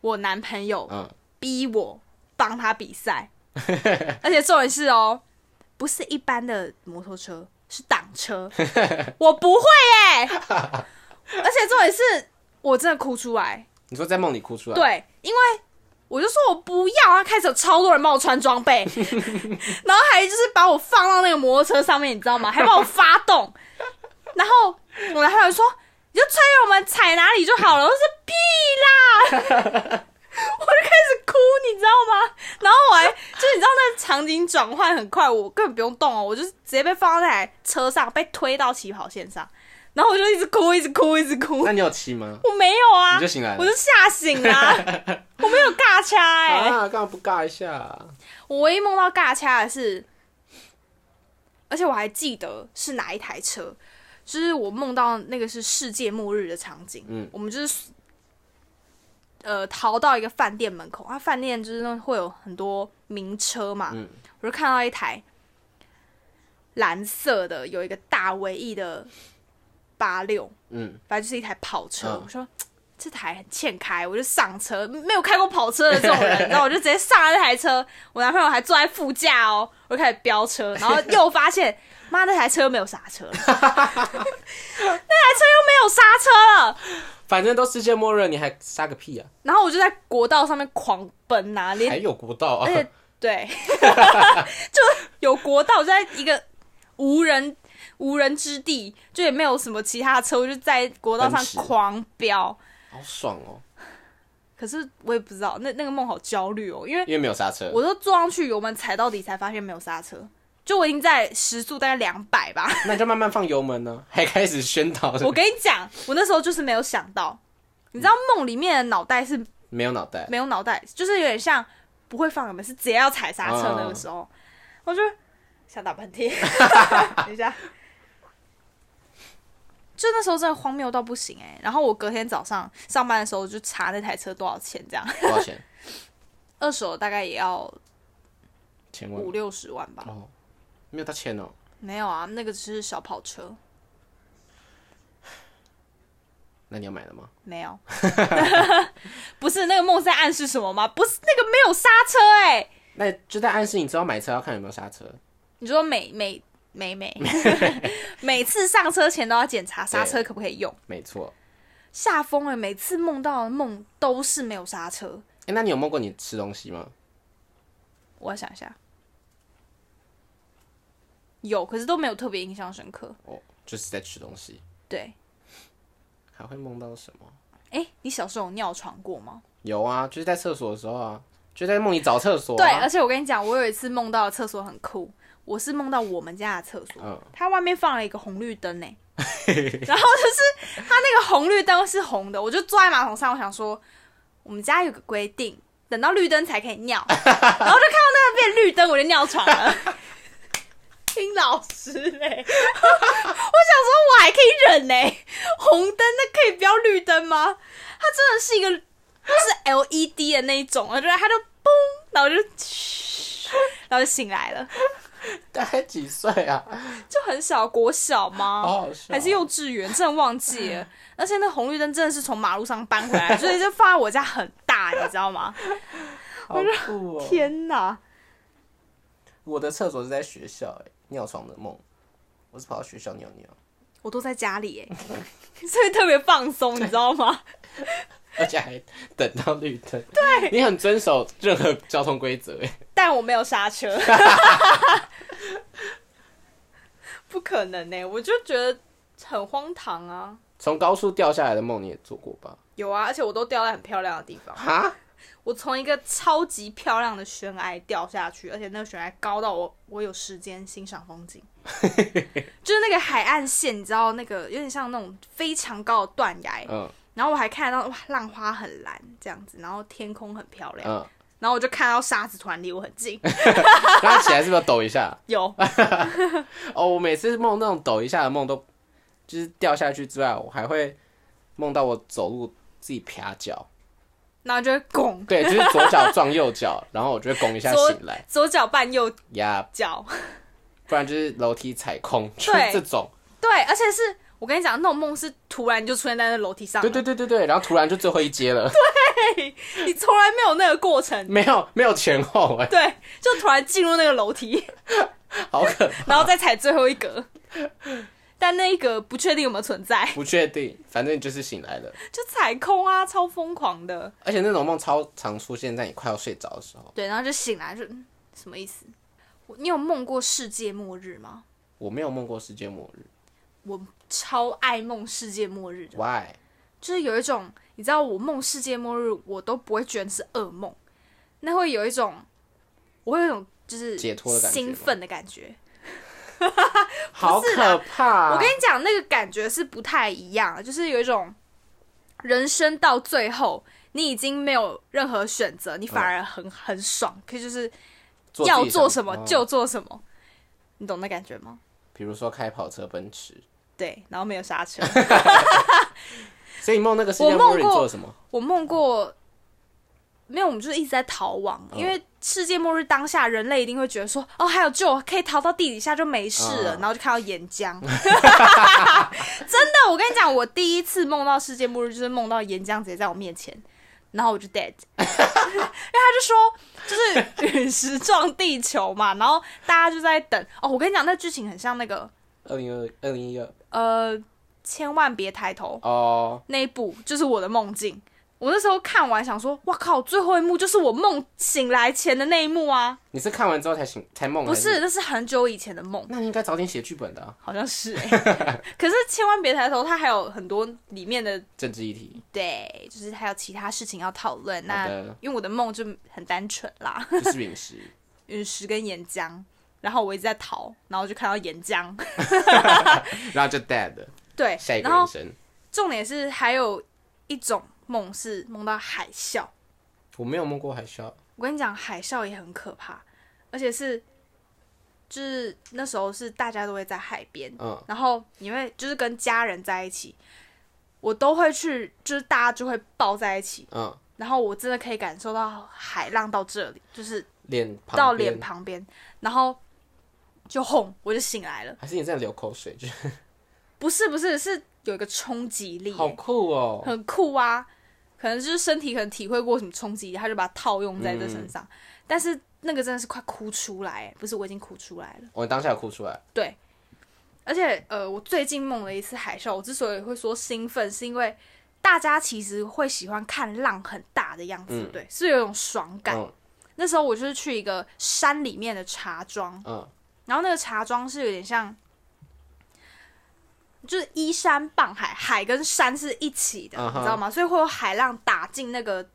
S1: 我男朋友
S2: 嗯，
S1: 逼我帮他比赛，而且重点是哦，不是一般的摩托车，是挡车，我不会耶、而且重点是我真的哭出来，
S2: 你说在梦里哭出来，，
S1: 对，因为我就说我不要，然后开始有超多人帮我穿装 备，然后还就是把我放到那个摩托车上面，你知道吗？还帮我发动，然后我男朋友说你就吹我们踩哪里就好了，我说屁啦，我就 开始哭，你知道吗？然后我还就是你知道那场景转换很快，我根本不用动哦，我就是直接被放到那台车上，被推到起跑线上，然后我就一直哭，一直哭，一直哭
S2: 那。你有骑吗？
S1: 我没有啊，
S2: 哎你就醒来了
S1: 我就吓醒 啦、我没有尬掐哎、
S2: 啊，干嘛不尬一下？
S1: 我唯一梦到尬掐的是，而且我还记得是哪一台车，就是我梦到那个是世界末日的场景，
S2: 嗯
S1: 我们就是呃逃到一个饭店门口，啊，饭店就是那会有很多名车嘛，
S2: 嗯
S1: 我就看到一台蓝色的，有一个大尾翼的八六，
S2: 嗯，
S1: 反正就是一台跑车。
S2: 嗯
S1: 我说嘖这台很欠开，我就上车，没有开过跑车的这种人，然后我就直接上了那台车。我男朋友还坐在副驾哦，我就开始飙车，然后又发现妈那台车又没有刹车了，那台车又没有刹车了。
S2: 反正都世界末日，你还撒个屁啊？
S1: 然后我就在国道上面狂奔啊，连
S2: 还有国道啊
S1: 而？ 且对， 就有国道，就在一个无人无人之地，就也没有什么其他的车，我就在国道上
S2: 奔驰
S1: 狂飙。
S2: 好爽哦，
S1: 可是我也不知道，那那个梦好焦虑哦，因为
S2: 因为没有刹车。
S1: 我都撞上去油门踩到底，才发现没有刹车，就我已经在时速大概两百吧。
S2: 那你就慢慢放油门呢，还开始宣导
S1: 我跟你讲，我那时候就是没有想到，你知道梦里面的脑袋是
S2: 没有脑袋，
S1: 没有脑袋，就是有点像不会放油门，是直接要踩刹车那个时候，我就想打喷嚏。 等一下，就那时候真的荒谬到不行哎、然后我隔天早上上班的时候就查那台车多少钱，这样
S2: 多少钱？
S1: 二手大概也要
S2: 千万
S1: 五六十万吧。
S2: 哦，没有到千哦，
S1: 没有啊，那个只是小跑车，
S2: 那你有买了吗？
S1: 没有。 不是那个梦在暗示什么吗？不是那个没有刹车哎、
S2: 那就在暗示你知道买车要看有没有刹车，
S1: 你说每每每 每每次上车前都要检查刹车可不可以用，
S2: 没错。
S1: 吓疯了。每次梦到的梦都是没有刹车，
S2: 哎、那你有梦过你吃东西吗？
S1: 我想一下，有，可是都没有特别印象深刻。
S2: 哦，就是在吃东西，
S1: 对，
S2: 还会梦到什么？
S1: 哎、你小时候有尿床过吗？
S2: 有啊，就是在厕所的时候啊，就在梦里找厕所、
S1: 对，
S2: 啊。
S1: 而且我跟你讲，我有一次梦到的厕所很酷，我是梦到我们家的厕所，
S2: 嗯
S1: 它外面放了一个红绿灯呢、欸 然后就是它那个红绿灯是红的，我就坐在马桶上，我想说我们家有个规定，等到绿灯才可以 尿，然后就看到那个变绿灯，我就尿床了。 听老师嘞、我想说我还可以忍呢、欸红灯那可以不要绿灯吗？它真的是一个就是 LED 的那一种，我觉得它就嘣，然后我就嘘，然后就醒来了，
S2: 大概几岁啊？
S1: 就很小，国小吗？
S2: 好好笑哦
S1: 还是幼稚园，真的忘记 了。而且那红绿灯真的是从马路上搬回来， 所以就放在我家很大，你知道 吗？
S2: 好酷哦、
S1: 天哪！
S2: 我的厕所是在学校、哎，尿床的梦，我是跑到学校尿尿，
S1: 我都在家里哎、 所以特别放松，你知道 吗？
S2: 而且还等到绿灯。对，你很遵守任何交通规则、哎，
S1: 但我没有刹 车，不可能呢、欸我就觉得很荒唐啊。
S2: 从高处掉下来的梦你也做过吧？
S1: 有啊，而且我都掉在很漂亮的地方。
S2: 哈，
S1: 我从一个超级漂亮的悬崖掉下去，而且那个悬崖高到我我有时间欣赏风 景，就是那个海岸线，你知道那个有点像那种非常高的断崖，
S2: 嗯
S1: 然后我还看得到哇浪花很蓝这样子，然后天空很漂亮，
S2: 嗯，
S1: 然后我就看到沙子突然离我很 近，
S2: 拉起来是不是要抖一下？
S1: 有
S2: 哦，我每次梦那种抖一下的梦都，就是掉下去之外，我还会梦到我走路自己啪脚，
S1: 然后就会拱
S2: 对，就是左脚撞右脚， 然后我就会拱一下
S1: 左
S2: 醒来，
S1: 左脚绊右
S2: 呀、
S1: 脚，
S2: 不然就是楼梯踩空，就是
S1: 对
S2: 这种，
S1: 对，而且是我跟你讲，那种梦是突然就出现在那楼梯上
S2: 对
S1: 的，
S2: 对对对对，然后突然就最后一阶了，
S1: 你从来没有那个过程，
S2: 没有没有前后 哎、
S1: 对，就突然进入那个楼梯。
S2: 好可怕，
S1: 然后再踩最后一格。但那一格不确定有没有存在，
S2: 不确定，反正就是醒来了，
S1: 就踩空啊，超疯狂的。
S2: 而且那种梦超常出现在你快要睡着的时候，
S1: 对，然后就醒来就嗯什么意思？我你有梦过世界末日吗？
S2: 我没有梦过世界末日
S1: 我超爱梦世界末日的，
S2: ，why？
S1: 就是有一种你知道，我梦世界末日，我都不会觉得是噩梦，那会有一种，我会有一种就是
S2: 解脱的感觉吗
S1: 兴奋的感觉。
S2: 好可怕，
S1: 啊我跟你讲，那个感觉是不太一样的，就是有一种人生到最后，你已经没有任何选择，你反而很、很爽，可以就是
S2: 嗯做自己
S1: 要做什么
S2: 哦
S1: 就做什么，你懂那感觉吗？
S2: 比如说开跑车、奔驰，
S1: 对，然后没有刹车。
S2: 所以你梦那个世界末日你做了什么？
S1: 我梦过，没有，我们就是一直在逃亡，因为世界末日当下，人类一定会觉得说，哦，还有救，可以逃到地底下就没事了，
S2: 嗯
S1: 然后就看到岩浆。真的，我跟你讲，我第一次梦到世界末日，就是梦到岩浆直接在我面前。然后我就 dead，因为他就说就是陨石撞地球嘛，然后大家就在等哦。我跟你讲，那剧情很像那个
S2: 二零二二零一二
S1: 呃，千万别抬头，
S2: 哦，
S1: 那一部就是我的梦境。我那时候看完想说，哇靠，最后一幕就是我梦醒来前的那一幕啊！
S2: 你是看完之后才醒才梦？
S1: 不
S2: 还
S1: 是，，那是很久以前的梦，
S2: 那你应该早点写剧本的啊
S1: 好像是哎、 可是千万别抬头，它还有很多里面的
S2: 政治议题，
S1: 对，就是还有其他事情要讨论。那
S2: 好的
S1: 因为我的梦就很单纯啦，
S2: 就是陨石。
S1: 陨石跟岩浆，然后我一直在逃，然后就看到岩浆，
S2: 然后就 dead 了
S1: 对
S2: 下一，个
S1: 然
S2: 人
S1: 后
S2: 生。
S1: 重点是还有一种梦是梦到海啸。
S2: 我没有梦过海啸，
S1: 我跟你讲，海啸也很可怕，而且是，就是那时候是大家都会在海边，
S2: 嗯，
S1: 然后你会就是跟家人在一起，我都会去，就是大家就会抱在一起，
S2: 嗯，
S1: 然后我真的可以感受到海浪到这里，就是
S2: 脸旁
S1: 到
S2: 边
S1: 脸，旁边，然后就轰，我就醒来了。
S2: 还是你在流口水？就是
S1: 不是不是，是有一个冲击力，
S2: 好酷哦！
S1: 很酷啊。可能就是身体可能体会过什么冲击，他就把它套用在这身上。
S2: 嗯
S1: 但是那个真的是快哭出来，不是我已经哭出来了。
S2: 我当下有哭出来，
S1: 对，而且呃，我最近梦了一次海啸。我之所以会说兴奋，是因为大家其实会喜欢看浪很大的样子，对，是有一种爽感。
S2: 嗯
S1: 那时候我就是去一个山里面的茶庄，
S2: 嗯
S1: 然后那个茶庄是有点像，就是依山傍海，海跟山是一起的
S2: 嗯哼
S1: 你知道吗？所以会有海浪打进那个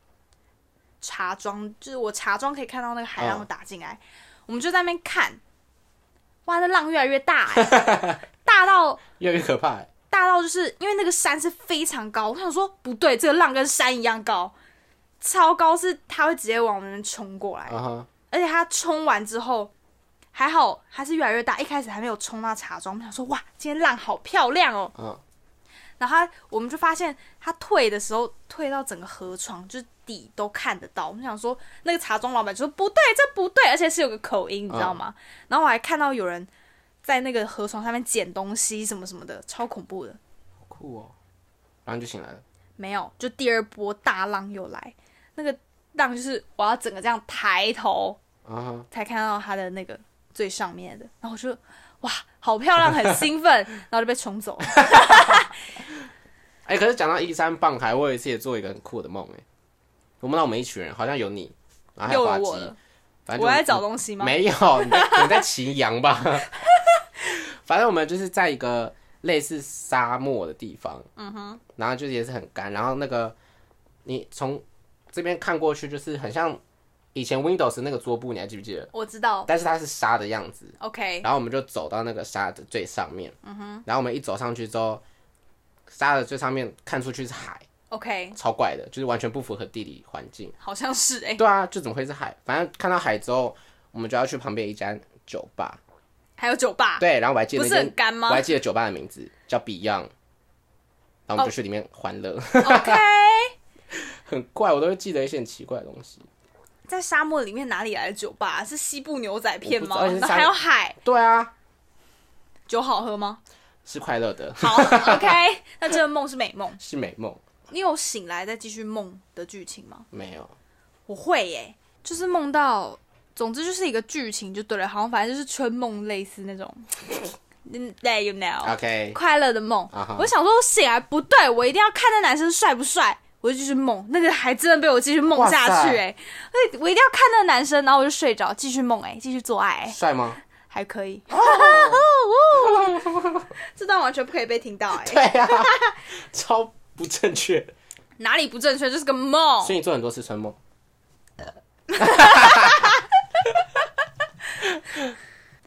S1: 茶庄，就是我茶庄可以看到那个海浪
S2: 嗯
S1: 打进来我们就在那边看，哇，那浪越来越大、欸，大到
S2: 越来越可怕欸。
S1: 大到就是因为那个山是非常高，我想说不对，这个浪跟山一样高，超高是它会直接往我们冲过来，
S2: 嗯哼，
S1: 而且它冲完之后，还好还是越来越大。一开始还没有冲到茶庄，我们想说哇，今天浪好漂亮哦。
S2: 嗯
S1: 然后它我们就发现它退的时候，退到整个河床，就是底都看得到。我们想说那个茶庄老板就说不对，这不对，而且是有个口音，你知道吗？然后我还看到有人在那个河床上面捡东西什么什么的，超恐怖的。
S2: 好酷哦！然后你就醒来了，
S1: 没有，就第二波大浪又来，那个浪就是我要整个这样抬头，
S2: 嗯哼，
S1: 才看到它的那个最上面的，然后我就哇，好漂亮，很兴 奋，然后就被冲走了。
S2: 哎、可是讲到依山傍海，我有一次也做一个很酷的梦哎、我梦到我们一群人，好像有你，然后还
S1: 又
S2: 有
S1: 有
S2: 滑
S1: 我
S2: 稽
S1: 了，，
S2: 反正就
S1: 我在找东西吗？
S2: 没有，你在你在骑羊吧？ 反正我们就是在一个类似沙漠的地方，嗯哼，然后就是也是很干，然后那个你从这边看过去，就是很像以前 Windows 那个桌布，你还记不记得？
S1: 我知道
S2: 但是它是沙的样子，
S1: ，OK，
S2: 然后我们就走到那个沙的最上面，嗯哼，然后我们一走上去之后，沙的最上面看出去是海，
S1: OK，
S2: 超怪的，就是完全不符合地理环境。
S1: 好像是哎、
S2: 对啊，就怎么会是海？反正看到海之后，我们就要去旁边一家酒吧，
S1: 还有酒吧，
S2: 对，然后我还记得
S1: 不
S2: 那
S1: 是
S2: 间
S1: 很，干
S2: 我
S1: 吗
S2: 还记得酒吧的名字叫 Beyond，
S1: 哦
S2: 然后我们就去里面欢乐，
S1: ？OK，
S2: 很怪，我都会记得一些很奇怪的东西。
S1: 在沙漠里面哪里来的酒吧？是西部牛仔片吗？
S2: 我不知道而且是
S1: 然后
S2: 沙
S1: 还有海，
S2: 对啊，
S1: 酒好喝吗？
S2: 是快乐的，
S1: 好，OK，那这个梦是美梦。
S2: 是美梦，
S1: 你有醒来再继续梦的剧情吗？
S2: 没有，
S1: 我会耶、就是梦到，总之就是一个剧情就对了，好像反正就是春梦类似 那种，嗯对，you know，、
S2: OK，
S1: 快乐的梦。
S2: 啊哈
S1: 我想说，我醒来不对，我一定要看那男生帅不帅，我就继续梦，那个还真的被我继续梦下
S2: 哇
S1: 去
S2: 塞
S1: 哎、所以我一定要看那个男生，然后我就睡着，继续梦哎、继续做爱、哎
S2: 帅吗？
S1: 还可以。 这段完全不可以被听到哎、
S2: 对啊， 超不正确。
S1: 哪里不正确？就是个梦。
S2: 所以你做很多次春梦，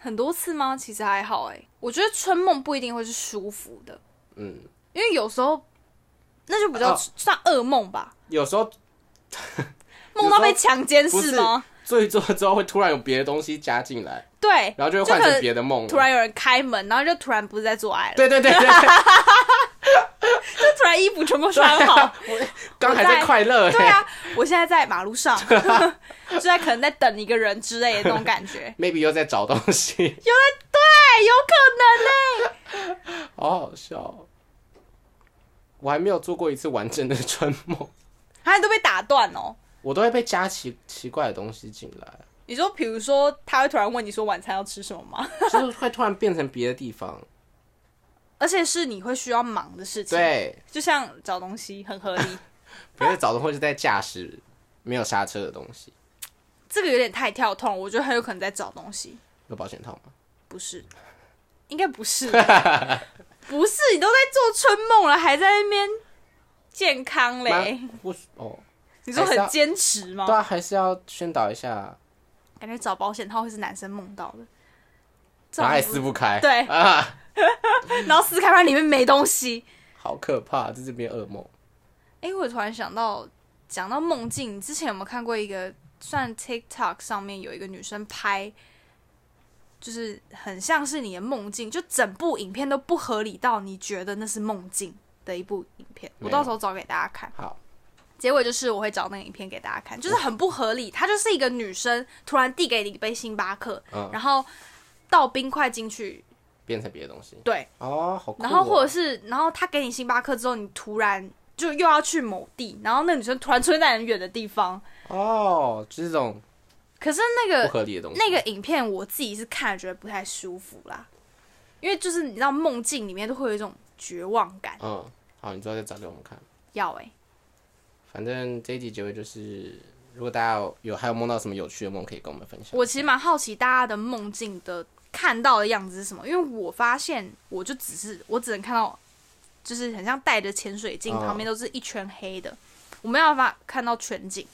S1: 很多次吗？其实还好哎、我觉得春梦不一定会是舒服的，
S2: 嗯，
S1: 因为有时候那就比较
S2: 哦
S1: 算噩梦吧，
S2: 有时候
S1: 梦、到被强奸
S2: 不
S1: 是吗？
S2: 做一做之后会突然有别的东西加进来，
S1: 对，
S2: 然后就会
S1: 就
S2: 换
S1: 可能
S2: 成别的梦了。
S1: 突然有人开门，然后就突然不是在做爱了，
S2: 对对对 对对，
S1: 就突然衣服全部穿 好。
S2: 刚还在快乐、欸，
S1: 对啊，我现在在马路上， 就在可能在等一个人之类的那种感觉，
S2: m a y b e 又在找东西，
S1: 有在对，有可能欸嘞、
S2: 好好笑哦、我还没有做过一次完整的春梦，
S1: 好像都被打断哦。
S2: 我都会被加奇奇怪的东西进来，
S1: 你说，比如说，他会突然问你说晚餐要吃什么吗？
S2: 就是会突然变成别的地 方。
S1: 而且是你会需要忙的事情，，
S2: 对，
S1: 就像找东西很合 理，
S2: 别的找的或是在驾驶没有刹车的东西，
S1: 这个有点太跳痛，我觉得很有可能在找东西，
S2: 有保险套吗？
S1: 不是，应该不 是，不是，你都在做春梦了，还在那边健康嘞？
S2: 蛮，不哦，
S1: 你说
S2: 还
S1: 很
S2: 是要
S1: 坚持吗
S2: 对？啊，还是要宣导一下，
S1: 感觉找保险套会是男生梦到的，这
S2: 然后
S1: 种
S2: 还
S1: 不
S2: 撕不开，
S1: 哦对
S2: 啊，
S1: 然后撕开发现里面没东西。
S2: 好可怕，这是变噩梦。
S1: 哎、我突然想到，讲到梦境，你之前有没有看过一个算 TikTok 上面有一个女生拍，就是很像是你的梦境，就整部影片都不合理到你觉得那是梦境的一部影片。
S2: 没
S1: 我
S2: 有
S1: 到时候找给大家看，
S2: 好，
S1: 结尾就是我会找那个影片给大家看，就是很不合理。她就是一个女生突然递给你一杯星巴克，
S2: 嗯
S1: 然后倒冰块进去，
S2: 变成别的东西
S1: 对，
S2: 哦，好酷、哦。
S1: 然后或者是，然后他给你星巴克之后，你突然就又要去某地，然后那女生突然出现在很远的地方。
S2: 哦，就是这种
S1: 可是那
S2: 不
S1: 个
S2: 合理的东西。
S1: 那个影片我自己是看了觉得不太舒服啦，因为就是你知道梦境里面都会有一种绝望感。
S2: 嗯，好，你之后再找给我们看。
S1: 要哎、
S2: 反正这一集结尾就是，如果大家有有还有梦到什么有趣的梦，可以跟我们分享。
S1: 我其实蛮好奇大家的梦境的看到的样子是什么，因为我发现我就只是我只能看到，就是很像戴着潜水镜，
S2: 哦
S1: 旁边都是一圈黑的，我没有办法看到全景，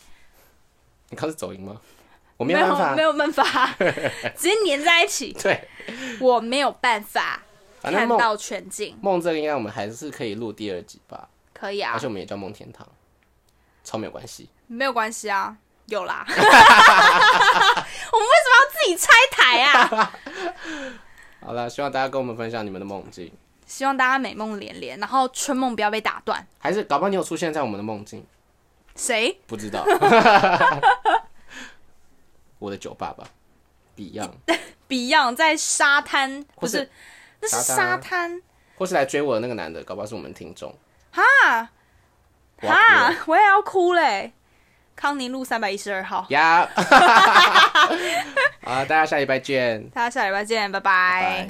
S2: 你刚是走音吗？我
S1: 我
S2: 没有
S1: 没
S2: 办法。
S1: 有办法，直接粘在一起，
S2: 对，
S1: 我没有办法
S2: 反正
S1: 看
S2: 梦
S1: 到全景，
S2: 梦这个应该我们还是可以录第二集吧，
S1: 可以啊
S2: 而且，我们也叫梦天堂，超没有关系。
S1: 没有关系啊，有 啦，我 们为什么要自己拆台 啊？
S2: 好了，希望大家跟我们分享你们的梦境，
S1: 希望大家美梦连连，然后春梦不要被打断，
S2: 还是搞不好你有出现在我们的梦境，
S1: 谁？
S2: 不 知道。我的酒吧吧，Beyond，
S1: Beyond 在沙滩，
S2: 或
S1: 不
S2: 是
S1: 是，那是
S2: 沙滩啊
S1: 沙滩
S2: 或是来追我的那个男的，搞不好是我们听众。
S1: 哈
S2: 我要哭了
S1: 哈，我也要哭嘞！康宁路三百一十二号，
S2: 呀！好，大家下礼拜见，
S1: 大家下礼拜见，拜
S2: 拜。